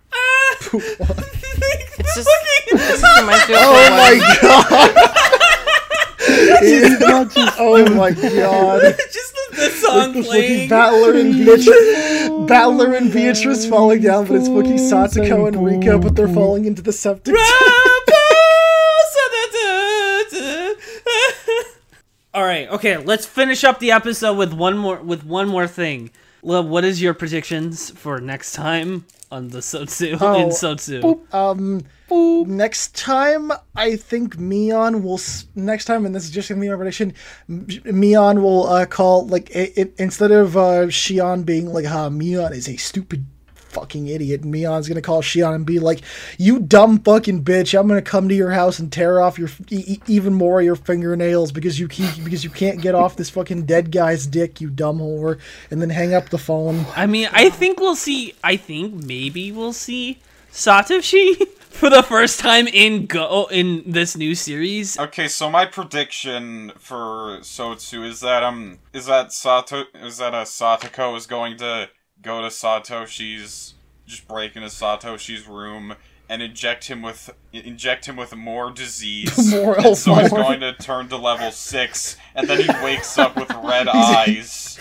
[SPEAKER 4] It's just, it's just reminds me of
[SPEAKER 3] Oh my god!
[SPEAKER 2] It's not just-
[SPEAKER 3] Oh my god!
[SPEAKER 1] just the, the song
[SPEAKER 3] Fucking
[SPEAKER 1] playing.
[SPEAKER 3] Battler and Beatrice, Battler and Beatrice falling down, but it's fucking Satoko and Rika, but they're falling into the septic. tank.
[SPEAKER 1] All right, okay, let's finish up the episode with one more with one more thing. Love, what is your predictions for next time on the Sotsu
[SPEAKER 3] Oh,
[SPEAKER 1] in Sotsu?
[SPEAKER 3] Um, next time I think Mion will. s- Next time, and this is just gonna be my prediction. M- Mion will uh, call like it, it, instead of uh, Shion being like, "Ha, Mion is a stupid." Fucking idiot. Mion's gonna call Shion and be like, "You dumb fucking bitch! I'm gonna come to your house and tear off your f- e- e- even more of your fingernails because you keep, because you can't get off this fucking dead guy's dick, you dumb whore!" And then hang up the phone.
[SPEAKER 1] I mean, I think we'll see. I think maybe we'll see Satoshi for the first time in Go in this new series.
[SPEAKER 5] Okay, so my prediction for Sotsu is that um is that Sato is that uh, Satoko is going to go to Satoshi's just break into Satoshi's room and inject him with inject him with more disease.
[SPEAKER 3] More
[SPEAKER 5] and so he's
[SPEAKER 3] Elmore.
[SPEAKER 5] going to turn to level six, and then he wakes up with red eyes.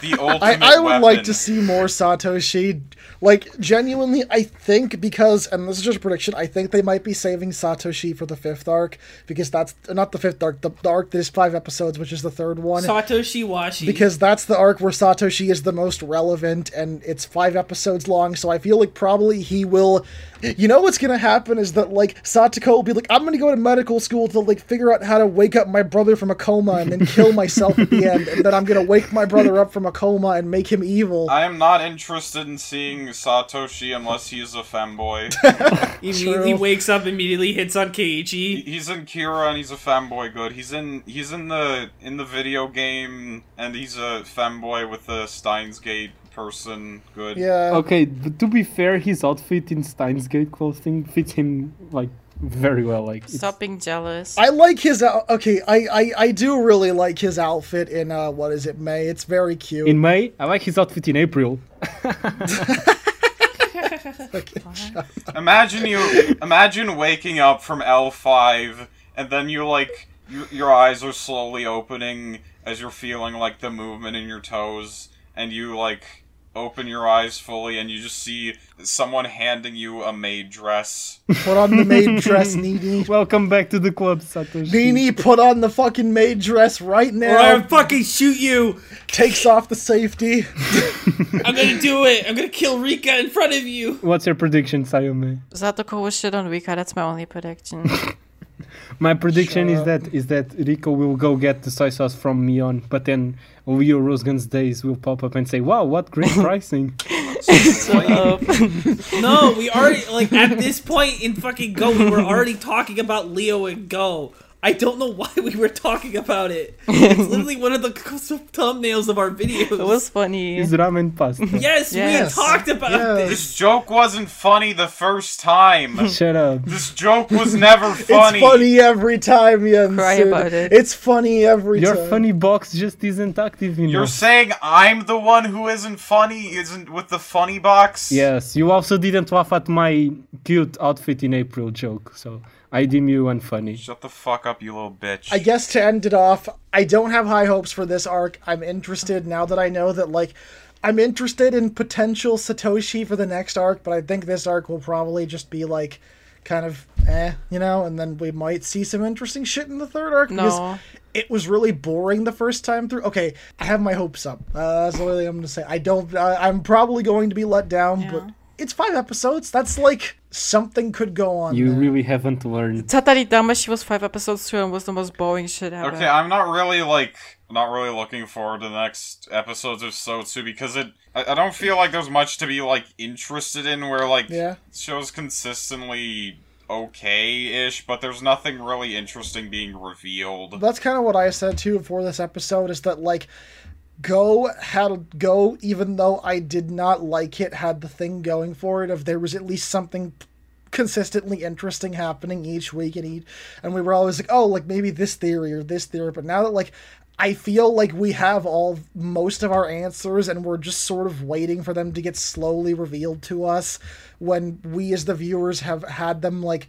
[SPEAKER 5] The ultimate
[SPEAKER 3] I, I would like
[SPEAKER 5] weapon.
[SPEAKER 3] to see more Satoshi. Like, genuinely, I think because, and this is just a prediction, I think they might be saving Satoshi for the fifth arc because that's not the fifth arc, the, the arc that is five episodes, which is the third one.
[SPEAKER 1] Satoshi Washi.
[SPEAKER 3] because that's the arc where Satoshi is the most relevant and it's five episodes long, so I feel like probably he will you know what's gonna happen is that like Satoko will be like, I'm gonna go to medical school to like figure out how to wake up my brother from a coma and then kill myself at the end, and then I'm gonna wake my brother up from a coma and make him evil.
[SPEAKER 5] I am not interested in seeing Satoshi unless he is a femboy.
[SPEAKER 1] he, immediately wakes up, immediately hits on Keiichi.
[SPEAKER 5] he's in Kira and he's a femboy good. He's in he's in the in the video game and he's a femboy with the Steins Gate person good.
[SPEAKER 3] yeah.
[SPEAKER 2] Okay, but to be fair, his outfit in Steins Gate clothing fits him like very well. Like it's-
[SPEAKER 4] Stop being jealous.
[SPEAKER 3] I like his out- okay. I, I I do really like his outfit in uh what is it May? It's very cute.
[SPEAKER 2] in May, I like his outfit in April.
[SPEAKER 5] Imagine you imagine waking up from L five and then you like your, your eyes are slowly opening as you're feeling like the movement in your toes and you like open your eyes fully and you just see someone handing you a maid dress.
[SPEAKER 3] Put on the maid dress, Nini.
[SPEAKER 2] Welcome back to the club, Satoshi.
[SPEAKER 3] Nini, put on the fucking maid dress right
[SPEAKER 1] Or
[SPEAKER 3] now.
[SPEAKER 1] I'll fucking shoot you.
[SPEAKER 3] takes off the safety.
[SPEAKER 1] I'm gonna do it. I'm gonna kill Rika in front of you.
[SPEAKER 2] What's your prediction, Sayome?
[SPEAKER 4] Satoko was shit on Rika. That's my only prediction.
[SPEAKER 2] My prediction
[SPEAKER 3] Shut
[SPEAKER 2] is that is that Rico will go get the soy sauce from Mion, but then Leo Rosgan's days will pop up and say, "Wow, what great pricing!"
[SPEAKER 4] so,
[SPEAKER 1] No, we already like at this point in fucking Go, we were already talking about Leo and Go. I don't know why we were talking about it. It's literally one of the thumbnails of our videos.
[SPEAKER 4] it was funny.
[SPEAKER 2] Is ramen pasta?
[SPEAKER 1] yes,
[SPEAKER 4] Yes.
[SPEAKER 1] we talked about
[SPEAKER 3] Yes.
[SPEAKER 1] this.
[SPEAKER 5] This joke wasn't funny the first time.
[SPEAKER 2] Shut up.
[SPEAKER 5] This joke was never funny.
[SPEAKER 3] It's funny every time, Yensun.
[SPEAKER 4] Cry about it.
[SPEAKER 3] It's funny every
[SPEAKER 2] Your
[SPEAKER 3] time.
[SPEAKER 2] funny box just isn't active enough.
[SPEAKER 5] You're saying I'm the one who isn't funny, isn't with the funny box?
[SPEAKER 2] Yes, you also didn't laugh at my cute outfit in April joke, so I deem you unfunny.
[SPEAKER 5] Shut the fuck up, you little bitch.
[SPEAKER 3] I guess to end it off, I don't have high hopes for this arc. I'm interested now that I know that, like, I'm interested in potential Satoshi for the next arc, but I think this arc will probably just be, like, kind of eh, you know, and then we might see some interesting shit in the third arc.
[SPEAKER 4] No.
[SPEAKER 3] Because it was really boring the first time through. Okay, I have my hopes up. Uh, that's the only thing I'm going to say. I don't, I, I'm probably going to be let down, but it's five episodes. That's, like, something could go on.
[SPEAKER 2] You
[SPEAKER 3] there.
[SPEAKER 2] really haven't learned.
[SPEAKER 4] Tataridama, she was five episodes through and was the most boring shit ever.
[SPEAKER 5] Okay, I'm not really like not really looking forward to the next episodes of Sotsu because it I, I don't feel like there's much to be like interested in where like
[SPEAKER 3] Yeah.
[SPEAKER 5] shows consistently okay ish, but there's nothing really interesting being revealed.
[SPEAKER 3] that's kind of what I said too for this episode is that like Go had Go even though I did not like it had the thing going for it of there was at least something consistently interesting happening each week and each and we were always like oh like maybe this theory or this theory but now that like I feel like we have all most of our answers and we're just sort of waiting for them to get slowly revealed to us when we as the viewers have had them like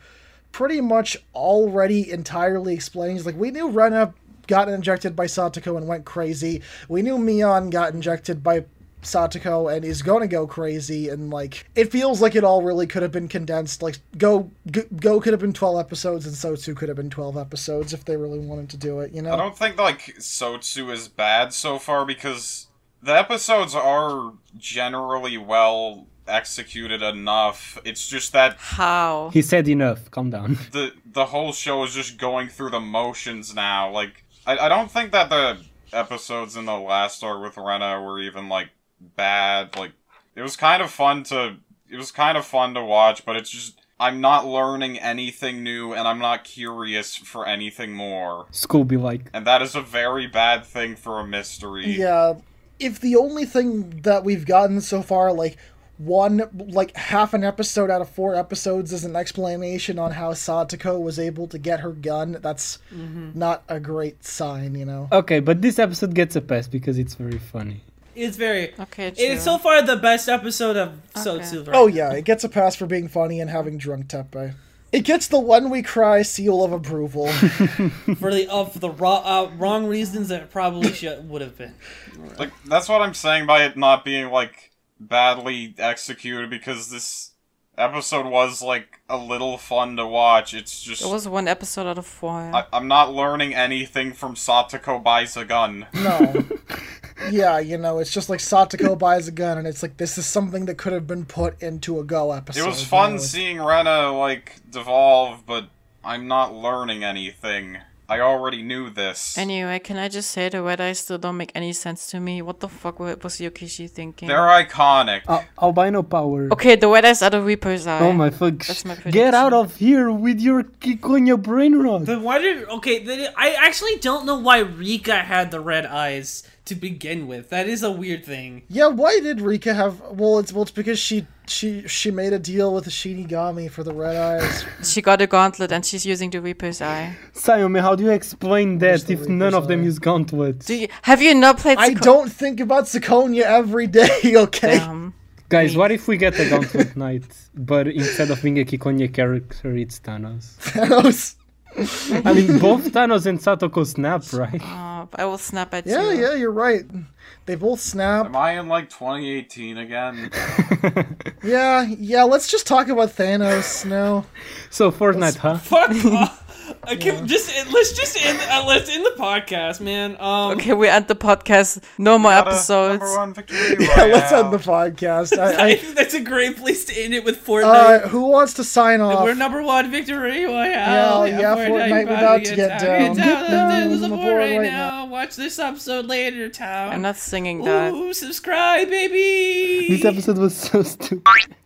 [SPEAKER 3] pretty much already entirely explains. Like we knew Rena got injected by Satoko and went crazy. We knew Mion got injected by Satoko and is going to go crazy. And like it feels like it all really could have been condensed. Like go go, go could have been twelve episodes, and Sotsu could have been twelve episodes if they really wanted to do it. You know.
[SPEAKER 5] I don't think like Sotsu is bad so far because the episodes are generally well executed enough. It's just that
[SPEAKER 4] How?
[SPEAKER 2] He said enough, calm down.
[SPEAKER 5] the the whole show is just going through the motions now. Like I, I don't think that the episodes in the last arc with Rena were even like bad. Like it was kind of fun to it was kind of fun to watch, but it's just I'm not learning anything new and I'm not curious for anything more.
[SPEAKER 2] School be like,
[SPEAKER 5] And that is a very bad thing for a mystery.
[SPEAKER 3] Yeah. If the only thing that we've gotten so far, like, one like half an episode out of four episodes is an explanation on how Satoko was able to get her gun. That's not a great sign, you know.
[SPEAKER 2] Okay, but this episode gets a pass because it's very funny.
[SPEAKER 1] It's very.
[SPEAKER 4] Okay, true.
[SPEAKER 1] It's so far the best episode of Sotsu. right
[SPEAKER 3] Oh yeah, it gets a pass for being funny and having drunk Teppe. It gets the one we cry seal of approval.
[SPEAKER 1] for the uh, for the ro- uh, wrong reasons that it probably should would have been.
[SPEAKER 5] Like that's what I'm saying by it not being like badly executed because this episode was like a little fun to watch. It's just
[SPEAKER 4] It was one episode out of four.
[SPEAKER 5] I, I'm not learning anything from Satoko buys a gun.
[SPEAKER 3] No. yeah, you know, it's just like Satoko buys a gun, and it's like this is something that could have been put into a Go episode.
[SPEAKER 5] It was
[SPEAKER 3] you
[SPEAKER 5] fun
[SPEAKER 3] know, it's-
[SPEAKER 5] seeing Rena like devolve, but I'm not learning anything. I already knew this.
[SPEAKER 4] Anyway, can I just say the red eyes still don't make any sense to me? What the fuck wa- was Yokishi thinking?
[SPEAKER 5] They're iconic.
[SPEAKER 2] Al- albino power.
[SPEAKER 4] Okay, the red eyes are the Reaper's eye.
[SPEAKER 2] Oh my fuck.
[SPEAKER 4] That's my
[SPEAKER 2] Get
[SPEAKER 4] prediction.
[SPEAKER 2] out of here with your Kikonya brain rot.
[SPEAKER 1] Then why did okay? Then I actually don't know why Rika had the red eyes to begin with. That is a weird thing.
[SPEAKER 3] Yeah, why did Rika have? Well, it's well, it's because she she she made a deal with the Shinigami for the red eyes.
[SPEAKER 4] She got a gauntlet and she's using the Reaper's eye.
[SPEAKER 2] Sayome, how do you explain that
[SPEAKER 3] the
[SPEAKER 2] if none of them
[SPEAKER 3] Reaper's
[SPEAKER 2] use gauntlets?
[SPEAKER 4] uh, Do you, have you not played?
[SPEAKER 3] I
[SPEAKER 4] Sequ-
[SPEAKER 3] don't think about Sakonia every day. Okay.
[SPEAKER 4] Damn.
[SPEAKER 2] Guys, what if we get a gauntlet knight, but instead of being a Kikonya character, it's Thanos?
[SPEAKER 3] Thanos.
[SPEAKER 2] I mean, both Thanos and Satoko snap, right?
[SPEAKER 4] Oh, I will snap at
[SPEAKER 3] Yeah,
[SPEAKER 4] you.
[SPEAKER 3] yeah, you're right. They both snap.
[SPEAKER 5] Am I in like 2018 again?
[SPEAKER 3] Yeah, yeah. Let's just talk about Thanos now.
[SPEAKER 2] So Fortnite, huh?
[SPEAKER 1] Fuck off. I can just let's just end uh, let's end the podcast, man. Um,
[SPEAKER 4] Okay, we end the podcast. No more
[SPEAKER 5] Gotta-
[SPEAKER 4] episodes.
[SPEAKER 5] Number one victory
[SPEAKER 3] Yeah, let's
[SPEAKER 5] royale.
[SPEAKER 3] end the podcast. I,
[SPEAKER 1] I
[SPEAKER 3] I,
[SPEAKER 1] think that's a great place to end it with Fortnite.
[SPEAKER 3] uh, who wants to sign off?
[SPEAKER 1] We're number one victory. Wow.
[SPEAKER 3] Yeah, yeah, Fortnite, we're about to get down. Get down
[SPEAKER 1] There's
[SPEAKER 3] on
[SPEAKER 1] a
[SPEAKER 3] the
[SPEAKER 1] board
[SPEAKER 3] board
[SPEAKER 1] right
[SPEAKER 3] right
[SPEAKER 1] now. Watch this episode later, town.
[SPEAKER 4] I'm not singing that.
[SPEAKER 1] Ooh, subscribe, baby.
[SPEAKER 2] This episode was so stupid.